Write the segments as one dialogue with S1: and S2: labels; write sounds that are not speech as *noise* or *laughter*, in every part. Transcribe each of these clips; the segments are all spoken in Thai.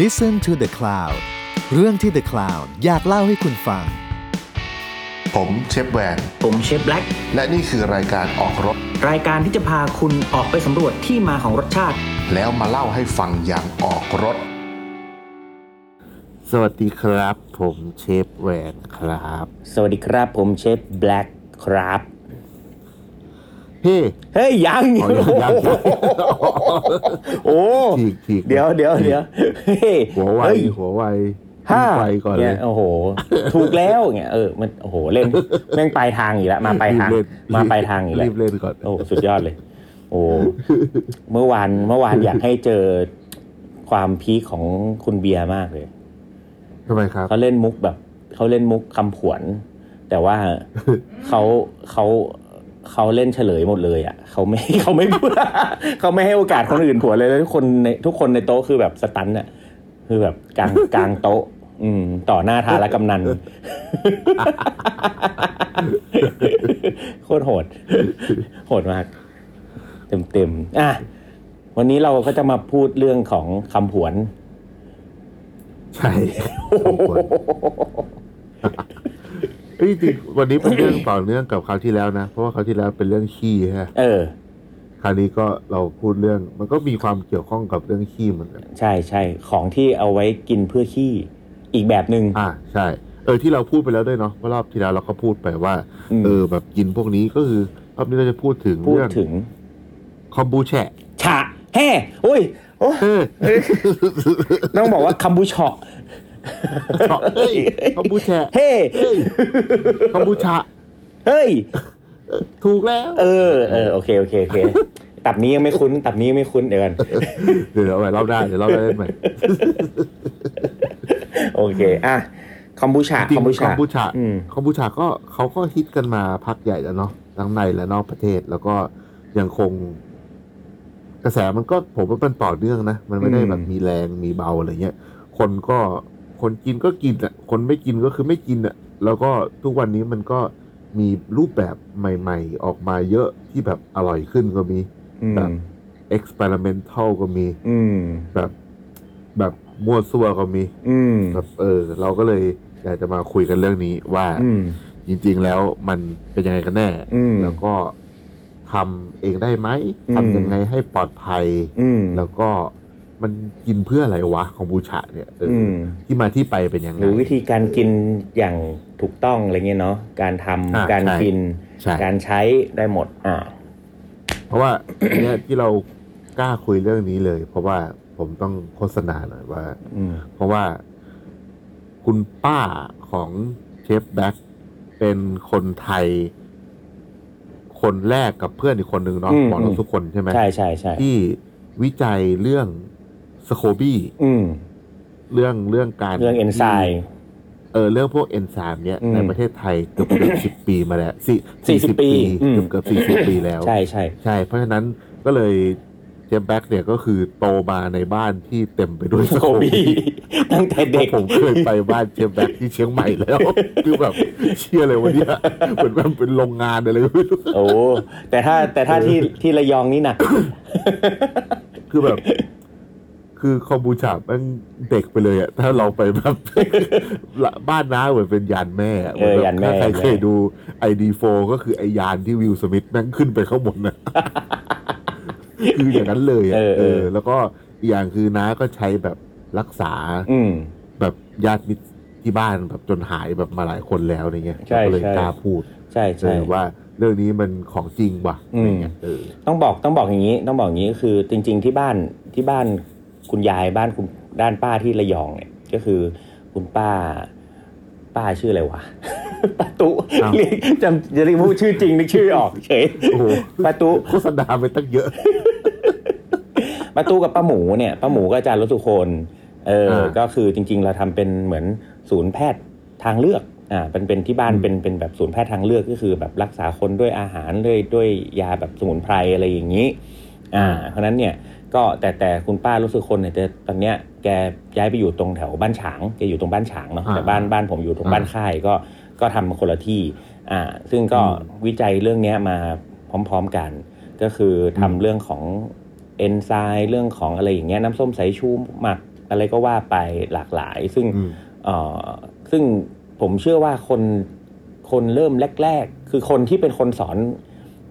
S1: Listen to the Cloud เรื่องที่ The Cloud อยากเล่าให้คุณฟัง
S2: ผมเชฟแวน
S3: ผมเชฟแบล็ก
S2: และนี่คือรายการออกรถ
S3: รายการที่จะพาคุณออกไปสำรวจที่มาของรสชาติ
S2: แล้วมาเล่าให้ฟังอย่างออกรถ
S4: สวัสดีครับ ผมเชฟแหวนครับ
S3: สวัสดีครับผมเชฟแบล็กครับ
S4: เฮ้ย
S3: เฮ้ยยัง
S4: อ๋อยังยังยัง
S3: โอ้
S4: ฉีกฉีก
S3: เดี๋ยวเดี๋ยวเดี๋ยวเฮ้ย
S4: หัวไว
S3: เฮ้ย
S4: หัวไว
S3: ห้า
S4: ไวก่อนเลย
S3: โอ้โห ถูกแล้วเงี้ยเออมันโอ้โหเล่นแม่งปลายทางอีกแล้วมาปลายทาง
S4: รีบเล่น
S3: มาปลายทางอีกแล้ว
S4: รีบเล่นก่อน
S3: โอ้สุดยอดเลย โอ้เมื่อวานเมื่อวานอยากให้เจอความพีคของคุณเบียร์มากเลย
S4: ทำไมครับ
S3: เขาเล่นมุกแบบเขาเล่นมุกคำผวน แต่ว่า เขาเขาเขาเล่นเฉลยหมดเลย อ่ะเขาไม่ *laughs* เขาไม่ เขาไม่ให้โอกาสคนอื่นผวนเลยแล้วทุกคนในทุกคนในโต๊ะคือแบบสตันอ่ะ คือแบบกลางกลางโต๊ะ อืม ต่อหน้าทาและกำนั *laughs* น โคตรโหด โหดมาก เต็มเต็มๆอ่ะวันนี้เราก็จะมาพูดเรื่องของคำผวน
S4: ใช่ผมควรเอ้ยจริงวันนี้เป็นเรื่องต่อเนื่องกับคราวที่แล้วนะ เพราะว่าคราวที่แล้วเป็นเรื่องขี้ฮะ
S3: เออ
S4: คราวนี้ก็เราพูดเรื่อง มันก็มีความเกี่ยวข้องกับเรื่องขี้เหมือนกัน
S3: ใช่ใช่ของที่เอาไว้กินเพื่อขี้อีกแบบหนึง่ง
S4: อ่าใช่ เออที่เราพูดไปแล้วด้วยเนาะว่ารอบที่แล้วเราก็พูดไปว่า
S3: อืม
S4: เออแบบกินพวกนี้ก็คือรอบนี้เราจะพูดถึง
S3: พูด
S4: เรื่อง
S3: ถึง
S4: คอมบูแชะ
S3: ฉะแห่โอ้ยโอ้
S4: เออ
S3: ต้องบอกว่าคัมบูชอ
S4: เฉาะเฮ้ยคอมบูแชะ
S3: เฮ้
S4: เฮ้ยคอมบูชะ
S3: เฮ้ย
S4: ถูกแล้ว
S3: เออเออโอเคโอเคโอเคตับนี้ยังไม่คุ้น ตับนี้ยังไม่คุ้นเดี๋ยวกัน
S4: เดี๋ยวเอาใหม่รอบหน้าเดี๋ยวรอบหน้าเล่นใหม่
S3: โอเค อ่ะคัมบูชา
S4: จริง
S3: คัมบูชา
S4: คอมบูชา
S3: อืม
S4: คอมบูชาก็เขาก็ฮิตกันมาพักใหญ่แล้วเนาะทั้งในและนอกประเทศแล้วก็ยังคง กระแสมันก็ผมว่ามันต่อเนื่องนะ มันไม่ได้
S3: อืม
S4: แบบมีแรงมีเบาอะไรเงี้ยคนก็คนกินก็กินอ่ะคนไม่กินก็คือไม่กินอ่ะ แล้วก็ทุกวันนี้มันก็มีรูปแบบใหม่ ๆ ออกมาเยอะที่แบบอร่อยขึ้นก็มี
S3: อืม
S4: experimental ก็มี
S3: อืม
S4: แบบแบบมั่วซั่วก็มี
S3: อืม
S4: แบบเออ เราก็เลยอยากจะมาคุยกันเรื่องนี้ว่า
S3: อืม
S4: จริง ๆ แล้วมันเป็นยังไงกันแน่
S3: อืม
S4: แล้วก็ทำเองได้ไหม
S3: อืม
S4: ทำยังไงให้ปลอดภัย
S3: อืม
S4: แล้วก็มันกินเพื่ออะไรวะของบูชาเนี่ยเออ
S3: อื
S4: อ
S3: ม
S4: ที่มาที่ไปเป็นยัง
S3: ห
S4: ไง
S3: รือวิธีการกินอย่างถูกต้องอะไรเงี้ยเนาะการทำ
S4: อ่ะ
S3: การ
S4: ใช่
S3: กิน
S4: ใช่
S3: การใช้ได้หมด อ่า
S4: เพราะว่า *coughs* อันเนี้ยที่เรากล้าคุยเรื่องนี้เลย เพราะว่าผมต้องโฆษณาหน่อยว่า
S3: อืม
S4: เพราะว่าคุณป้าของเชฟแบ็กเป็นคนไทย คนแรกกับเพื่อนอีกคนหนึ่งเนาะ
S3: อืม
S4: หมอเรา
S3: อืม
S4: ทุกคนใช่ไหม
S3: ใช่ใช่ใช่
S4: ที่วิจัยเรื่องสโคบี้
S3: อืม
S4: เรื่องเรื่องการ
S3: เรื่องเอนไซม์
S4: เออเรื่องพวกเอนไซม์เนี่ย
S3: อืม
S4: ในประเทศไทยเกือบเกือบ *coughs* สิบปีมาแล้วสี่
S3: 40ปีอืม
S4: เกือบเกือบสี่สิบปีแล้ว
S3: ใช่ใช่
S4: ใช่ เพราะฉะนั้นก็เลยเจมส์แบ็กเนี่ยก็คือโตมาในบ้านที่เต็มไปด้วยส
S3: โค
S4: โค *laughs*
S3: บี้
S4: บี้
S3: ตั้งแต่ *laughs* เด็ก
S4: พราะผมเคยไปบ้านเจมส์แบ็กที่เชียงใหม่แล้ว *laughs* คือแบบเชื่อเลยวันเนี้ย *laughs* เหมือนแบบเป็นโรงงานอะไรก็ไม่รู้
S3: โอ้แต่ถ้าแต่ถ้าที่ที่ระยองนี่หนัก
S4: คือแบบ *laughs* คือคอมบูชาแมันเด็กไปเลยอะถ้าเราไปแบบ *laughs* ละบ้านน้าเหมือนเป็นยานแม่อะ
S3: เอ
S4: ห
S3: อ
S4: มื
S3: ยานแม่
S4: บบถ้าใครเคยดูไอดีโฟก็คือไอยานที่วิลสมิธแม่งขึ้นไปข้างบนนะ *laughs* คืออย่างนั้นเลยอะ
S3: เออเออ
S4: แล้วก็อีกอย่างคือน้าก็ใช้แบบรักษา
S3: อืม
S4: แบบญาติมิตรที่บ้านแบบจนหายแบบมาหลายคนแล้วอะไรเงี้ย
S3: ใช่
S4: ก็เลย
S3: ใช่
S4: กล้าพูด
S3: ใช่
S4: เอ
S3: ใช่
S4: อว่าเรื่องนี้มันของจริงว่ะ
S3: อื
S4: อะ
S3: ม
S4: ไรเงี้ยเออ
S3: ต้องบอกต้องบอกอย่างนี้ ต้องบอกอย่างนี้คือ จริง ๆ ที่บ้านที่บ้านคุณยายบ้านคุณด้านป้าที่ระยองเนี่ย ก็คือคุณป้า ป้าชื่ออะไรว *laughs* ะ ป้าตุเรียกจำจะเรียกพูดชื่อจริงนึกชื่อออกเฉย
S4: โอ้โห
S3: ป้าตุ
S4: โฆษณาไปตั้งเยอะ
S3: ป้าตู้กับป้าหมูเนี่ยป้าหมูก็อาจารย์รสสุคนเออ
S4: อ่า
S3: ก็คือจริง ๆ เราทำเป็นเหมือนศูนย์แพทย์ทางเลือกอ่าเป็นเป็นที่บ้าน
S4: อืม
S3: เป็นเป็นแบบศูนย์แพทย์ทางเลือกก็คือแบบรักษาคนด้วยอาหารด้วยด้วยยาแบบสมุนไพรอะไรอย่างนี้ อ่า เพราะฉะนั้นเนี่ยก็แต่แต่คุณป้ารสสุคนเนี่ยแต่ตอนเนี้ยแกย้ายไปอยู่ตรงแถวบ้านฉางแกอยู่ตรงบ้านฉางเนาะแต่บ้านบ้านผมอยู่ตรงบ้านค่ายก็ก็ทำมาคนละที่อ่าซึ่งก็วิจัยเรื่องเนี้ยมาพร้อมๆกัน ก็คือทำเรื่องของเอนไซม์เรื่องของอะไรอย่างเงี้ยน้ำส้มสายชูหมัก อะไรก็ว่าไปหลากหลาย ซึ่ง
S4: อืม
S3: เอ่อซึ่งผมเชื่อว่าคนคนเริ่มแรก ๆ คือคนที่เป็นคนสอน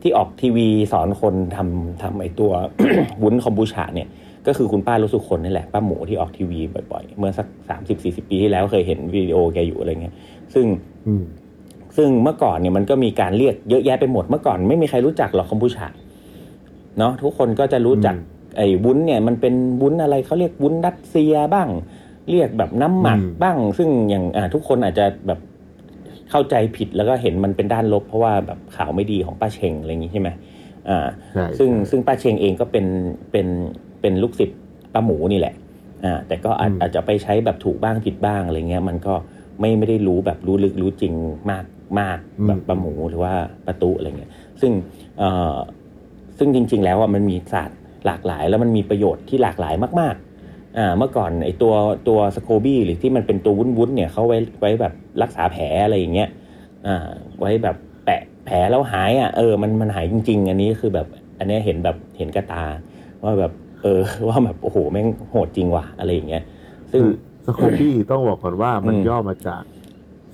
S3: ที่ออกทีวีสอนคนทำทำไอตัว *coughs* วุ้นคอมบูชาเนี่ย ก็คือคุณป้ารู้สุคนนี่แหละป้าหมูที่ออกทีวีบ่อยๆ เมื่อสัก 30-40 ปีที่แล้วเคยเห็นวิดีโอแกอยู่อะไรเงี้ยซึ่ง
S4: อืม
S3: ซึ่งเมื่อก่อนเนี่ยมันก็มีการเรียกเยอะแยะไปหมดเมื่อก่อนไม่มีใครรู้จักหรอกคอมพูชาเนาะทุกคนก็จะรู้จัก
S4: อืม
S3: ไอ้วุ้นเนี่ยมันเป็นวุ้นอะไรเขาเรียกวุ้นรัสเซียบ้าง เรียกแบบน้ำหมัก
S4: อืม
S3: บ้าง ซึ่งอย่างอ่าทุกคนอาจจะแบบเข้าใจผิดแล้วก็เห็นมันเป็นด้านลบ เพราะว่าแบบข่าวไม่ดีของป้าเชงอะไรอย่างงี้ใช่ไหมอ่า
S4: ใช่
S3: ซึ่งซึ่งป้าเชงเองก็เป็นเป็นเป็นลูกศิษย์ป้าหมูนี่แหละ อ่า แต่ก็อาจอาจจะไปใช้แบบถูกบ้างผิดบ้างอะไรเงี้ย มันก็ไม่ไม่ได้รู้แบบรู้ลึกรู้จริงมากมากแบบป้าหมูหรือว่าประตูอะไรเงี้ย ซึ่งเอ่อซึ่งจริง ๆ แล้วอ่ะมันมีศาสตร์หลากหลาย แล้วมันมีประโยชน์ที่หลากหลายมาก ๆ อ่า เมื่อก่อนไอตัวตัวสโคบี้หรือที่มันเป็นตัววุ้นๆเนี่ยเขาไว้ไว้แบบรักษาแผลอะไรอย่างเงี้ย อ่าไว้แบบแปะแผลแล้วหายอ่ะเออมันมันหายจริง ๆ อันนี้คือแบบอันเนี้ยเห็นแบบเห็นกระตา ว่าแบบเออ *laughs* ว่าแบบโอ้โหแม่งโหดจริงว่ะอะไรอย่างเงี้ย ซึ่ง
S4: คือสโคปี้ต้องบอกก่อนว่ามัน
S3: อืม
S4: ย่อมาจาก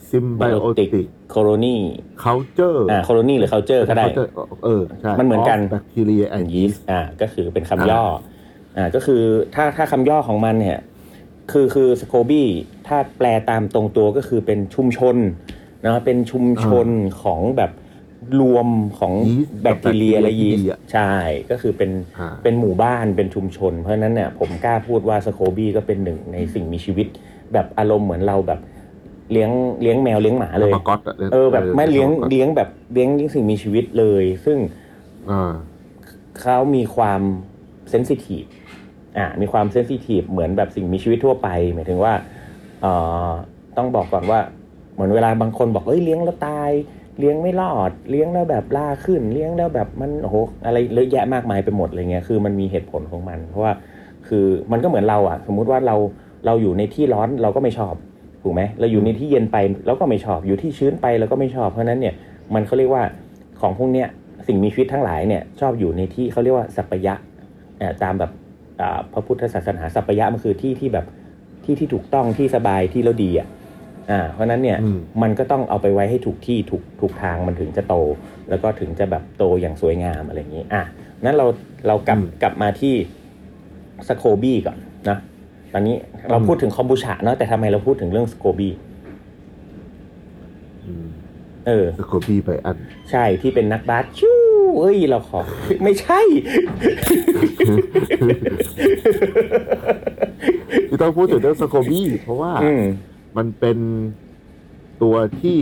S4: symbiotic
S3: โคโรนี
S4: culture
S3: อ่าโคโรนีหรือ culture ก็ได้
S4: culture เออใช่
S3: มันเหมือนกัน
S4: แบคทีเรียแอนยีส
S3: อ่าก็คือเป็นคำย่ออ่าก็คือถ้าถ้าคำย่อของมันเนี่ยคือคือสโคบี้ถ้าแปลตามตรงตัวก็คือเป็นชุมชนนะเป็นชุมชนของแบบรวมของ
S4: ยีสต์
S3: แบคทีเรียและยีส
S4: ที่ดี
S3: ต์
S4: อะ
S3: ใช่ก็คือเป็น
S4: อ่า
S3: เป็นหมู่บ้านเป็นชุมชน เพราะฉะนั้นเนี่ยผมกล้าพูดว่าสโคบี้ก็เป็นหนึ่งในสิ่งมีชีวิต แบบอารมณ์เหมือนเราแบบเลี้ยงเลี้ยงแมวเลี้ยงหมาเลย
S4: อามาก๊อตะ
S3: เออแบบไม่เลี้ยง
S4: อาาก๊อต
S3: เลี้ยงแบบเลี้ยงสิ่งมีชีวิตเลย ซึ่ง
S4: อ่า
S3: เขามีความเซนซิทีฟอ่ามีความเซนซิทีฟเหมือนแบบสิ่งมีชีวิตทั่วไป หมายถึงว่าเอ่อต้องบอกก่อนว่า เหมือนเวลาบางคนบอกเอ้ยเลี้ยงแล้วตาย เลี้ยงไม่รอด เลี้ยงแล้วแบบล่าขึ้น เลี้ยงแล้วแบบมันโอ้โหอะไรเยอะแยะมากมายไปหมดอะไรเงี้ยคือมันมีเหตุผลของมัน เพราะว่าคือมันก็เหมือนเราอะสมมุติว่าเราเราอยู่ในที่ร้อนเราก็ไม่ชอบถูกไหมเราอยู่ในที่เย็นไปเราก็ไม่ชอบอยู่ที่ชื้นไปเราก็ไม่ชอบเพราะฉะนั้นเนี่ยมันเขาเรียกว่าของพวกเนี้ยสิ่งมีชีวิตทั้งหลายเนี่ยชอบอยู่ในที่เขาเรียกว่าสัปปยะเอ่อตามแบบอ่าพระพุทธศาสนาสัปปยะมันคือที่ที่แบบที่ที่ถูกต้องที่สบายที่เราดีอะอ่าเพราะฉะนั้นเนี่ย
S4: อืม
S3: มันก็ต้องเอาไปไว้ให้ถูกที่ถูกถูกทางมันถึงจะโต แล้วก็ถึงจะแบบโตอย่างสวยงามอะไรอย่างนี้อ่ะนั้นเราเรากลับ
S4: อืม
S3: กลับมาที่สโคบี้ก่อนนะตอนนี้เรา
S4: อืม
S3: พูดถึงคอมบูชาเนาะแต่ทำไมเราพูดถึงเรื่องสโคบี้
S4: อืม
S3: เออ
S4: สโคปี้ไปอัน
S3: ใช่ที่เป็นนักบาสชิวเอ้ย เราขอ ไม่ใช่
S4: ที่ต้องพูดถึงเรื่องสโคบี้เพราะว่า
S3: อืม
S4: มันเป็นตัวที่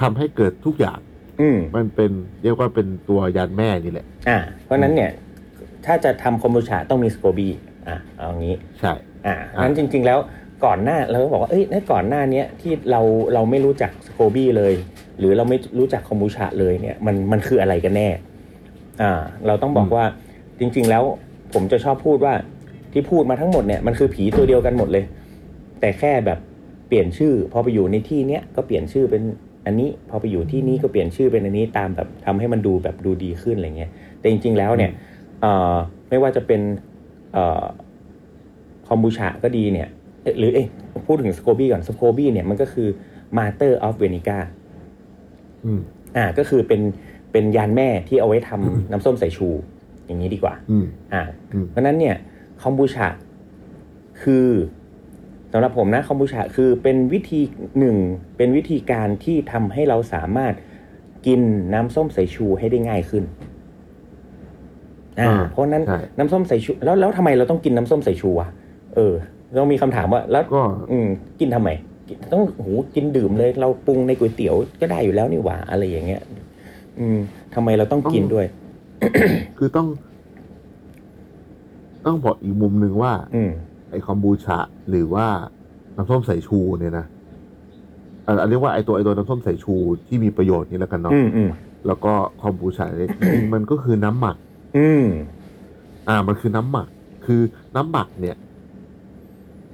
S4: ทำให้เกิดทุกอย่าง
S3: อืม
S4: มันเป็นเรียกว่าเป็นตัวยานแม่นี่แหละ
S3: อ่ะเพราะฉะนั้นเนี่ย ถ้าจะทำคอมบูชาต้องมีสโคบี้อ่ะเอางี้
S4: ใช่
S3: อ่านั้นจริง ๆ แล้วก่อนหน้าเราก็บอกว่า เอ้ยในก่อนหน้าเนี้ยที่เราเราไม่รู้จักสโคบี้เลย หรือเราไม่รู้จักคอมบูชาเลยเนี่ย มันมันคืออะไรกันแน่ อ่า เราต้องบอก
S4: อืม
S3: ว่าจริง ๆ แล้วผมจะชอบพูดว่าที่พูดมาทั้งหมดเนี่ยมันคือผีตัวเดียวกันหมดเลย แต่แค่แบบเปลี่ยนชื่อ พอไปอยู่ในที่เนี้ยก็เปลี่ยนชื่อเป็นอันนี้ พอไปอยู่ที่นี้ก็เปลี่ยนชื่อเป็นอันนี้ตามแบบทำให้มันดูแบบดูดีขึ้นอะไรเงี้ย แต่จริง ๆ แล้วเนี่ย เอ่อไม่ว่าจะเป็นเอ่อคอมบูชาก็ดีเนี่ยเอ๊ะหรือเอ๊ะพูดถึงสโคบี้ก่อนสโคบี้เนี่ยมันก็คือมาเตอร์ออฟเวนิก้า
S4: อืม
S3: อ่าก็คือเป็นเป็นยานแม่ที่เอาไว้ทำ น้ำส้มสายชู อย่างนี้ดีกว่า
S4: อืม
S3: อ่า
S4: อืม
S3: เพราะฉะนั้นเนี่ยคอมบูชาคือสำหรับผมนะคอมบูชาคือเป็นวิธีหนึ่งเป็นวิธีการที่ทำให้เราสามารถกินน้ำส้มสายชูให้ได้ง่ายขึ้นอ่า
S4: อ่า
S3: เพราะฉะนั้น
S4: ใช่
S3: น้ำส้มสายชูแล้วแล้วทำไมเราต้องกินน้ำส้มสายชูอ่ะเออเรามีคำถามว่าแล้ว
S4: ก็
S3: อืมกินทำไมกินต้องโหกินดื่มเลย เราปรุงในก๋วยเตี๋ยวก็ได้อยู่แล้วนี่หว่าอะไรอย่างเงี้ย อืมทำไมเราต้องกินด้วย
S4: คือต้อง ต้องบอกอีกมุมหนึ่งว่า
S3: อืม
S4: ไอคอมบูชาหรือว่าน้ำส้มสายชูเนี่ยนะเอ่อเรียกว่าไอตัวไอตัวน้ำส้มสายชูที่มีประโยชน์นี่แล้วกันเนาะ
S3: อืมอืม
S4: แล้วก็คอมบูชาเนี่ย *coughs* จริงๆมันก็คือน้ำหมัก
S3: อืม
S4: อ่า มันคือน้ำหมัก คือน้ำหมักเนี่ย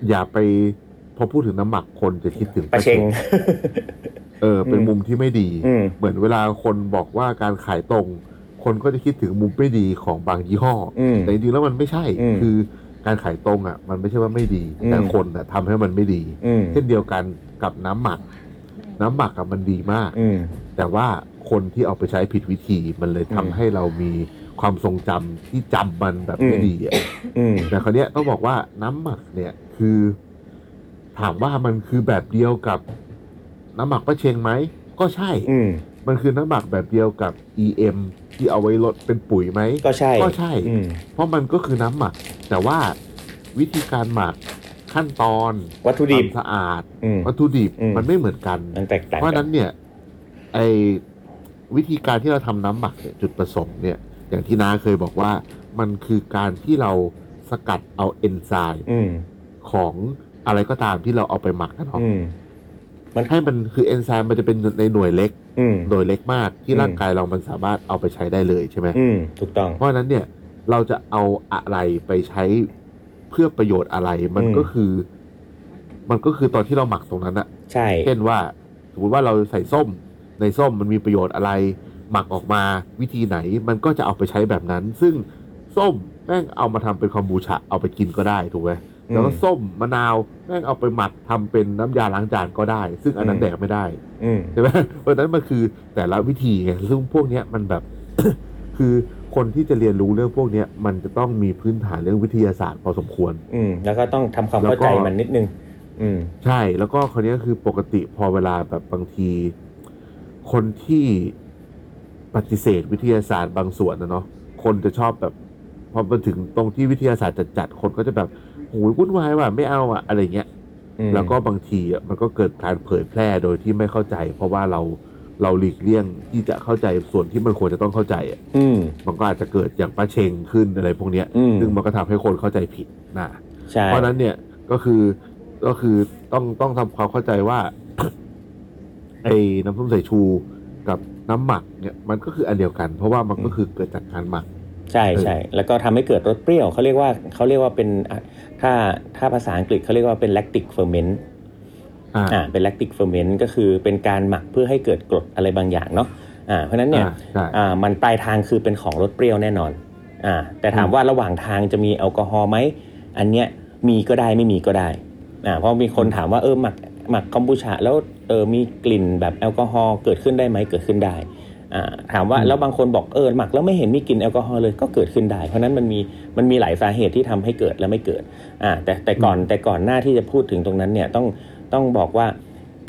S4: อย่าไปพอพูดถึงน้ำหมักคนจะคิดถึง
S3: ปลาเชง
S4: เออ เป็น
S3: อืม
S4: มุมที่ไม่ดี
S3: อืม
S4: เหมือนเวลาคนบอกว่าการขายตรง คนก็จะคิดถึงมุมไม่ดีของบางยี่ห้ออ
S3: อืม
S4: แต่จริงๆแล้วมันไม่ใช่
S3: อืม
S4: คือ การขายตรงอ่ะ มันไม่ใช่ว่าไม่ดี แต่
S3: อืม
S4: คนอ่ะทำให้มันไม่ดี
S3: อืม
S4: เช่นเดียวกันกับน้ำหมัก น้ำหมักอะมันดีมาก
S3: อืม
S4: แต่ว่าคนที่เอาไปใช้ผิดวิธีมันเลยทำ
S3: อืม
S4: ให้เรามีความทรงจำที่จำมันแบบไม่
S3: อืม
S4: ดีอะ
S3: อืม
S4: แต่คราวเนี้ยต้องบอกว่าน้ำหมักเนี่ยคือ ถามว่ามันคือแบบเดียวกับน้ำหมักป้าเชงไหม ก็ใช่
S3: อืม
S4: มันคือน้ำหมักแบบเดียวกับ EM ที่เอาไว้ลดเป็นปุ๋ยไหม
S3: ก็ใช่
S4: ก็ใช่
S3: อืม
S4: เพราะมันก็คือน้ำหมัก แต่ว่าวิธีการหมักขั้นตอน
S3: วัตถุ
S4: ค
S3: ดิ
S4: วา
S3: บ
S4: มสะอาด
S3: อืม
S4: วัตถุดิบ
S3: อืม
S4: มันไม่เหมือนกัน
S3: มันแตกต่าง
S4: เพราะฉะ
S3: กั
S4: นั้น นเนี่ยไอวิธีการที่เราทำน้ำหมักเนี่ยจุดประสงค์เนี่ย อย่างที่น้าเคยบอกว่ามันคือการที่เราสกัดเอาเอนไซม์
S3: อืม
S4: ของอะไรก็ตามที่เราเอาไปหมักกันออก
S3: อืม
S4: ให้มันคือเอนไซม์มันจะเป็นในหน่วยเล็ก
S3: อืม
S4: หน่วยเล็กมากที่
S3: อืม
S4: ร่างกายเรามันสามารถเอาไปใช้ได้เลยใช่ไหม
S3: อืม ถูกต้อง
S4: เพราะฉะนั้นเนี่ยเราจะเอาอะไรไปใช้เพื่อประโยชน์อะไร มัน
S3: อืม
S4: ก็คือ มันก็คือตอนที่เราหมักตรงนั้นอะ
S3: ใช่
S4: เช่นว่าสมมติว่าเราใส่ส้มในส้มมันมีประโยชน์อะไร หมักออกมาวิธีไหนมันก็จะเอาไปใช้แบบนั้น ซึ่งส้มแม่งเอามาทำเป็นคอมบูชาเอาไปกินก็ได้ถูกไหม
S3: อืม
S4: แล้วก็ส้มมะนาวแม่งเอาไปหมักทำเป็นน้ำยาล้างจานก็ได้ ซึ่งอันนั้น
S3: อืม
S4: แดกไม่ได้
S3: อืม
S4: ใช่ไหม *laughs* เพราะฉะนั้นมันคือแต่ละวิธีไงซึ่งพวกเนี้ยมันแบบ *coughs* คือคนที่จะเรียนรู้เรื่องพวกเนี้ยมันจะต้องมีพื้นฐานเรื่องวิทยาศาสตร์พอสมควร
S3: อืม แล้วก็ต้องทำความ
S4: แล้วก็
S3: เข้าใจมันนิดนึง อืม
S4: ใช่แล้วก็คนนี้ก็คือปกติพอเวลาแบบบางที คนที่ปฏิเสธวิทยาศาสตร์บางส่วนนะเนาะคนจะชอบแบบ พอมาถึงตรงที่วิทยาศาสตร์จัดๆคนก็จะแบบโอ้ยวุ่นวายว่ะไม่เอาอะอะไรเงี้ย
S3: อืม
S4: แล้วก็บางทีอะมันก็เกิดการเผยแพร่โดยที่ไม่เข้าใจ เพราะว่าเราเราหลีกเลี่ยงที่จะเข้าใจส่วนที่มันควรจะต้องเข้าใจอะ
S3: อืม
S4: มันก็อาจจะเกิดอย่างป้าเชงขึ้นอะไรพวกเนี้ย
S3: อืม
S4: ซึ่งมันก็ทำให้คนเข้าใจผิดนะ
S3: ใช่
S4: เพราะฉะนั้นเนี่ยก็คือก็คือต้องต้องทำความเข้าใจว่า *coughs* ไอ้น้ำส้มสายชูกับน้ำหมักเนี่ยมันก็คืออันเดียวกัน เพราะว่ามันก็คือเกิดจากการหมัก
S3: ใช่ใช่ แล้วก็ทำให้เกิดรสเปรี้ยวเขาเรียกว่าเขาเรียกว่าเป็นอ่ะถ้าถ้าภาษาอังกฤษเขาเรียกว่าเป็น lactic ferment
S4: อ่า
S3: อ่าเป็น lactic ferment ก็คือเป็นการหมักเพื่อให้เกิดกรดอะไรบางอย่างเนาะอ่าเพราะฉะนั้นเนี่ย
S4: อ่าใช่
S3: อ่ามันปลายทางคือเป็นของรสเปรี้ยวแน่นอนอ่าแต่ถาม
S4: อืม
S3: ว่าระหว่างทางจะมีแอลกอฮอล์ไหมอันเนี้ยมีก็ได้ไม่มีก็ได้อ่าเพราะมีคนถามว่าเออหมักหมักคอมบูชาแล้วเออมีกลิ่นแบบแอลกอฮอล์เกิดขึ้นได้ไหมเกิดขึ้นได้อ่าถามว่า
S4: อืม
S3: แล้วบางคนบอกเออหมักแล้วไม่เห็นมีกลิ่นแอลกอฮอล์เลยก็เกิดขึ้นได้ เพราะฉะนั้นมันมีมันมีหลายสาเหตุที่ทำให้เกิดและไม่เกิด อ่าแต่แต่ก่อนแต่ก่อนหน้าที่จะพูดถึงตรงนั้นเนี่ยต้องต้องบอกว่า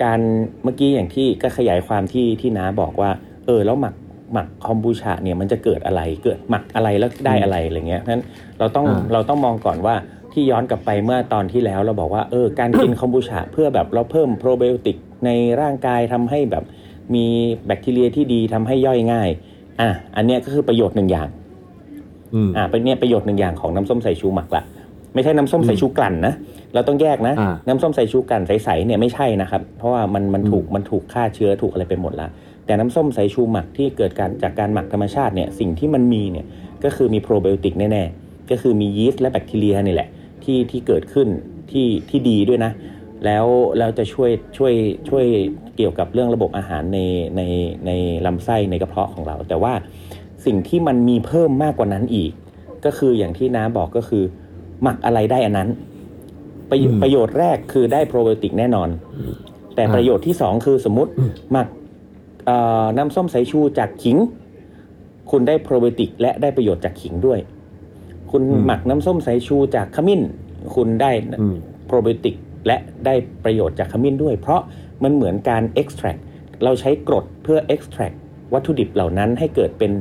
S3: การเมื่อกี้อย่างที่ก็ขยายความที่ที่น้าบอกว่า เออแล้วหมักหมักคอมบูชาเนี่ยมันจะเกิดอะไรเกิดหมักอะไรแล้วได้อะไรอะไรเงี้ยเพราะฉะนั้นเราต้อง
S4: อ่า
S3: เราต้องมองก่อนว่าที่ย้อนกลับไปเมื่อตอนที่แล้วเราบอกว่าเออการ *coughs* กิน คอมบูชาเพื่อแบบเราเพิ่มโปรไบโอติกในร่างกายทำให้แบบมีแบคทีเรียที่ดีทำให้ย่อยง่ายอ่ะอันเนี้ยก็คือประโยชน์หนึ่งอย่าง
S4: อืม
S3: อ่าเป็นเนี่ยประโยชน์หนึ่งอย่างของน้ำส้มสายชูหมักละไม่ใช่น้ำส้มสายชูกลั่นนะเราต้องแยกนะ
S4: อ่า
S3: น้ำส้มสายชูกลั่นใสๆเนี่ยไม่ใช่นะครับ เพราะว่ามันมัน
S4: อืม
S3: ถูกมันถูกฆ่าเชื้อถูกอะไรไปหมดละแต่น้ำส้มสายชูหมักที่เกิดการจากการหมักธรรมชาติเนี่ยสิ่งที่มันมีเนี่ยก็คือมีโปรไบโอติกแน่ๆก็คือมียีสต์และแบคทีเรียนี่แหละที่ที่เกิดขึ้นที่ที่ดีด้วยนะ แล้วเราจะช่วยช่วยช่วยเกี่ยวกับเรื่องระบบอาหารในในในลำไส้ในกระเพาะของเรา แต่ว่าสิ่งที่มันมีเพิ่มมากกว่านั้นอีก ก็คืออย่างที่น้าบอกก็คือ หมักอะไรได้อันนั้น ประโยช
S4: อื
S3: น์
S4: ม
S3: ประโยชน์แรกคือได้โปรไบโอติกแน่นอน แต่
S4: อ่า
S3: ประโยชน์ที่สองคือสมมติหมักเอ่อน้ำส้มสายชูจากขิง คุณได้โปรไบโอติกและได้ประโยชน์จากขิงด้วย คุณ
S4: อืม
S3: หมักน้ำส้มสายชูจากขมิ้น คุณได้
S4: อืม
S3: โปรไบโอติกและได้ประโยชน์จากขมิ้นด้วย เพราะมันเหมือนการ extract เราใช้กรดเพื่อ extract วัตถุดิบเหล่านั้นให้เกิดเป็น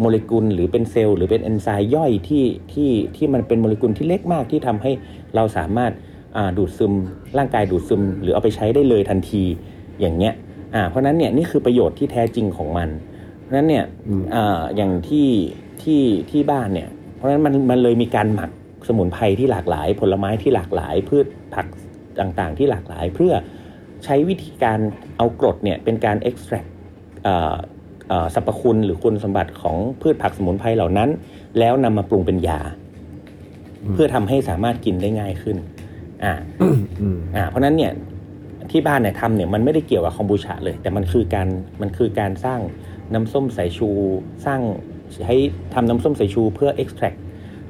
S3: โมเลกุลหรือเป็นเซลล์หรือเป็นเอนไซม์ย่อยที่ที่ที่มันเป็นโมเลกุลที่เล็กมากที่ทำให้เราสามารถอ่าดูดซึมร่างกายดูดซึม หรือเอาไปใช้ได้เลยทันทีอย่างเงี้ยอ่าเพราะฉะนั้นเนี่ยนี่คือประโยชน์ที่แท้จริงของมัน เพราะฉะนั้นเนี่ย
S4: อืม
S3: อ่าอย่างที่ที่ที่บ้านเนี่ย เพราะฉะนั้นมันมันเลยมีการหมักสมุนไพรที่หลากหลาย ผลไม้ที่หลากหลาย พืชผักต่างๆ ที่หลากหลาย เพื่อใช้วิธีการเอากรดเนี่ยเป็นการ extract เอ่อเอ่อสรรพคุณหรือคุณสมบัติของพืชผักสมุนไพรเหล่านั้น แล้วนำมาปรุงเป็นยา
S4: อืม
S3: เพื่อทำให้สามารถกินได้ง่ายขึ้นอ่า
S4: อืม
S3: อ่าเพราะฉะนั้นเนี่ยที่บ้านเนี่ยทำเนี่ยมันไม่ได้เกี่ยวกับคอมบูชาเลย แต่มันคือการมันคือการสร้างน้ำส้มสายชู สร้างให้ทำน้ำส้มสายชูเพื่อ extract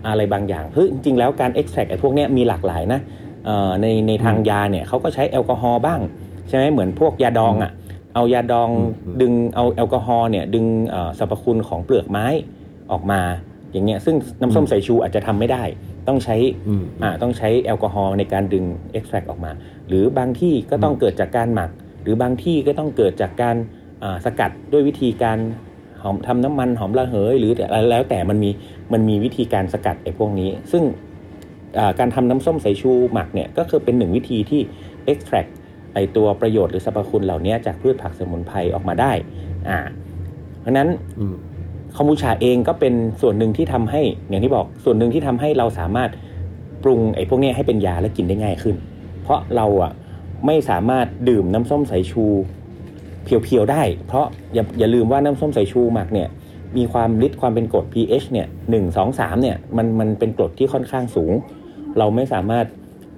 S3: อะไรบางอย่างเฮ้ยจริงๆแล้วการเอ็กแทรไอ้พวกเนี้ยมีหลากหลายนะเอ่อในในทางยาเนี่ยเขาก็ใช้แอลกอฮอล์บ้าง ใช่ไหมเหมือนพวกยาดองอ่ะเอายาดอง
S4: อืม
S3: ดึงเอาแอลกอฮอล์เนี่ยดึงเอ่อสรรพคุณของเปลือกไม้ออกมาอย่างเงี้ยซึ่งน้ำส้มสายชูอาจจะทำไม่ได้ ต้องใช้
S4: อืม
S3: อ่าต้องใช้แอลกอฮอล์ในการดึงเอ็ก a ทรออกมา หรือบางที่ก็ต้อง
S4: อืม
S3: เกิดจากการหมัก หรือบางที่ก็ต้องเกิดจากการอ่าสกัดด้วยวิธีการหอมทำน้ำมันหอมระเหย หรืออะไรแล้วแต่มันมีมันมีวิธีการสกัดไอ้พวกนี้ ซึ่งอ่าการทำน้ำส้มสายชูหมักเนี่ยก็คือเป็นหนึ่งวิธีที่เอ็ก a ทรไอตัวประโยชน์หรือสรรพคุณเหล่านี้จากพืชผักสมุนไพรออกมาได้อ่าเพราะฉะนั้น
S4: อืม
S3: คอมบูชาเองก็เป็นส่วนหนึ่งที่ทำให้อย่างที่บอกส่วนหนึ่งที่ทำให้เราสามารถปรุงไอ้พวกเนี้ยให้เป็นยาและกินได้ง่ายขึ้น เพราะเราอะไม่สามารถดื่มน้ำส้มสายชู เพียวๆได้ เพราะอย่าอย่าลืมว่าน้ำส้มสายชูหมักเนี่ยมีความฤทธิ์ความเป็นกรด pH เนี่ยหนึ่งสองสามเนี่ยมันมันเป็นกรดที่ค่อนข้างสูง เราไม่สามารถ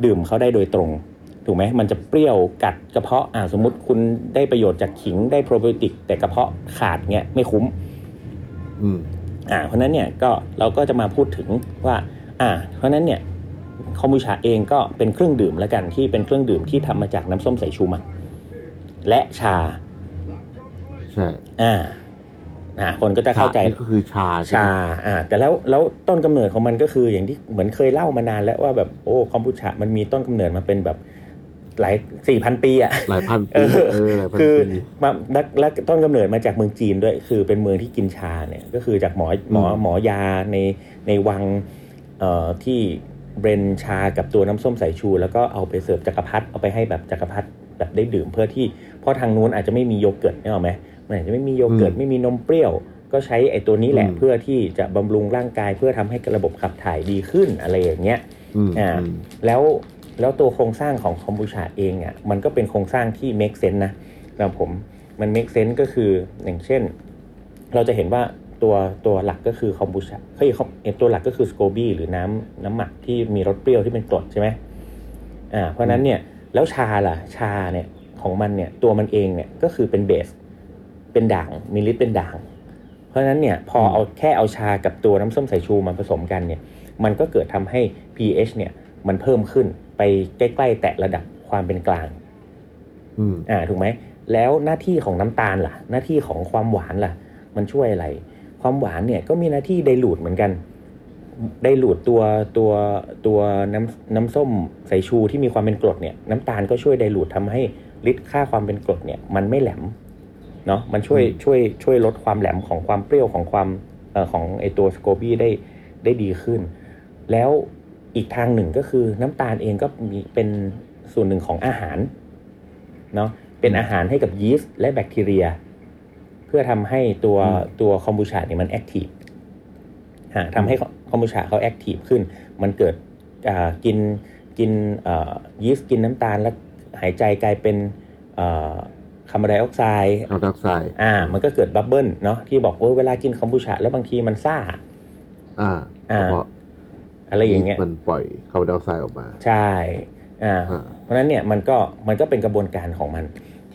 S3: ดื่มเขาได้โดยตรง ถูกไหมมันจะเปรี้ยวกัดกระเพาะอ่าสมมติคุณได้ประโยชน์จากขิงได้โปรไบโอติกแต่กระเพาะขาดเงี้ยไม่คุ้ม
S4: อืม
S3: อ่าเพราะฉะนั้นเนี่ยก็เราก็จะมาพูดถึงว่าอ่าเพราะฉะนั้นเนี่ยคอมบูชาเองก็เป็นเครื่องดื่มแล้วกันที่เป็นเครื่องดื่มที่ทำมาจากน้ำส้มสายชูหมักและชา
S4: ใช่
S3: อ่าอ่าคนก็จะเข้าใจ
S4: ชนี่ก็คือชาใช่
S3: ชา
S4: ไหม
S3: อ่า แต่แล้ว แล้วต้นกำเนิดของมันก็คืออย่างที่เหมือนเคยเล่ามานานแล้วว่าแบบโอ้คอมพูชามันมีต้นกำเนิดมาเป็นแบบหลายสี่พันปีอะ
S4: หลายพัน
S3: เอ
S4: ปี
S3: อ
S4: เออหลายพัน
S3: คือ
S4: ปี
S3: มาและและต้นกำเนิดมาจากเมืองจีนด้วย คือเป็นเมืองที่กินชาเนี่ยก็คือจากหมอหมอ
S4: อืม
S3: หมอยาในในวังเอ่อที่เบรนชากับตัวน้ำส้มสายชู แล้วก็เอาไปเสิร์ฟจักรพรรดิเอาไปให้แบบจักรพรรดิแบบได้ดื่มเพื่อที่เพราะทางนู้นอาจจะไม่มีโยเกิร์ตเนี่ยหรอกไหมมันอาจจะไม่มีโยเกิร์ต
S4: อืม
S3: ไม่มีนมเปรี้ยว ก็ใช้ไอ้ตัวนี้แหละ
S4: อืม
S3: เพื่อที่จะบำรุงร่างกายเพื่อทำให้ระบบขับถ่ายดีขึ้นอะไรอย่างเงี้ย
S4: อืม
S3: อ่า
S4: อืม
S3: แล้วแล้วตัวโครงสร้างของคอมบูชาเองอ่ะมันก็เป็นโครงสร้างที่ make sense นะสำหรับผมมัน make sense ก็คืออย่างเช่น เราจะเห็นว่าตัวตัวหลักก็คือคอมบูชาเฮ้ย com- เอ่อตัวหลักก็คือสโกบี้หรือน้ำน้ำหมักที่มีรสเปรี้ยวที่เป็นกรดใช่ไหมอ่าเพราะฉะนั้นเนี่ยแล้วชาล่ะชาเนี่ยของมันเนี่ยตัวมันเองเนี่ยก็คือเป็นเบส เป็นด่างมีฤทธิ์เป็นด่าง เพราะฉะนั้นเนี่ยพอเอาแค่เอาชากับตัวน้ำส้มสายชูมาผสมกันเนี่ย มันก็เกิดทำให้ pH เนี่ยมันเพิ่มขึ้นไปใกล้ๆ แตะระดับความเป็นกลาง
S4: อืม
S3: อ่าถูกไหมแล้วหน้าที่ของน้ำตาลล่ะ หน้าที่ของความหวานล่ะ มันช่วยอะไร ความหวานเนี่ยก็มีหน้าที่ไดลูดเหมือนกันไดลูดตัวตัวตัวน้ำน้ำส้มสายชูที่มีความเป็นกรดเนี่ยน้ำตาลก็ช่วยไดลูดทำให้ฤทธิ์ค่าความเป็นกรดเนี่ยมันไม่แหลมเนาะมันช่วย
S4: อืม
S3: ช่วยช่วยลดความแหลมของความเปรี้ยวของความเอ่อของไอตัวสโกบี้ได้ได้ดีขึ้น แล้วอีกทางหนึ่งก็คือน้ำตาลเองก็มีเป็นส่วนหนึ่งของอาหาร เนาะเป็นอาหารให้กับยีสต์และแบคทีเรีย เพื่อทำให้ตัว
S4: อืม
S3: ตัวคอมบูชาเนี่ยมันแอคทีฟฮะทำให้คอมบูชาเขาแอคทีฟขึ้น มันเกิดอ่ากินกินยีสต์กินน้ำตาลแล้วหายใจกลายเป็นคาร์บอนไดออกไซด์
S4: คาร์บอนไดออกไซด์
S3: อ่า มันก็เกิดบับเบิ้ลเนาะที่บอกว่าเวลากินคอมบูชาแล้วบางทีมันซ่า
S4: อ่า
S3: อ่า
S4: เพราะ
S3: อะไรอย่างเงี้ย
S4: มันปล่อยคาร์บอนไดออกไซด์ออกมา
S3: ใช่ อ่า
S4: อ่า
S3: เพราะฉะนั้นเนี่ยมันก็มันก็เป็นกระบวนการของมัน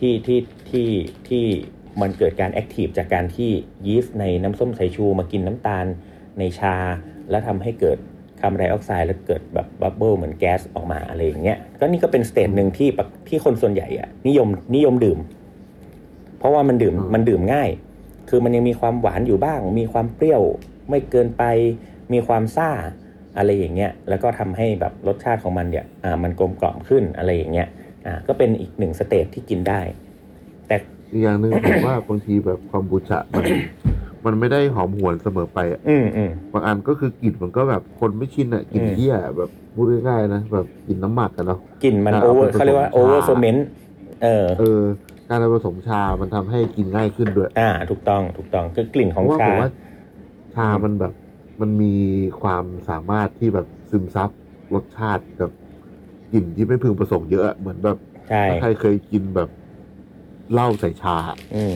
S3: ที่ที่ที่ที่มันเกิดการแอคทีฟจากการที่ยีสต์ในน้ำส้มสายชูมากินน้ำตาลในชา แล้วทำให้เกิดคาร์บอนไดออกไซด์แล้วเกิดแบบบับเบิลเหมือนแก๊สออกมาอะไรอย่างเงี้ยก็นี่ก็เป็นสเตจหนึ่งที่ปะที่คนส่วนใหญ่อะนิยมนิยมดื่ม เพราะว่ามันดื่ม
S4: อืม
S3: มันดื่มง่าย คือมันยังมีความหวานอยู่บ้าง มีความเปรี้ยวไม่เกินไป มีความซ่าอะไรอย่างเงี้ย แล้วก็ทำให้แบบรสชาติของมันเนี่ย อ่า มันกลมกล่อมขึ้นอะไรอย่างเงี้ย อ่า ก็เป็นอีกหนึ่งสเตจที่กินได้ แต่
S4: อีกอย่างหนึ่ง ผมว่าบางทีแบบความบูชามัน *coughs* มันไม่ได้หอมหวนเสมอไปอะ
S3: อืมอืม
S4: บางอันก็คือกลิ่นมันก็แบบคนไม่ชินอ่ะกลิ่น
S3: อืม
S4: เหี้ยแบบพูดง่ายๆนะแบบกลิ่นน้ำหมักกันเนาะ
S3: กลิ่นมัน
S4: อ่า
S3: โอเวอร์
S4: เอาไปผสม
S3: เขาเรียกว่า
S4: ชา
S3: โอเวอร์โฟเมนต์เออ
S4: เออ การเอาผสมชา มันทำให้กินง่ายขึ้นด้วย
S3: อ่า ถูกต้อง ถูกต้อง คือกลิ่นของ
S4: เพระว่าผม
S3: ชา
S4: ว่าชามันแบบ มันมีความสามารถที่แบบซึมซับรสชาติกับกลิ่นที่ไม่พึงประสงค์เยอะอะเหมือนแบบ
S3: ใช่
S4: ถ้าใครเคยกินแบบเหล้าใส่ชา
S3: อืม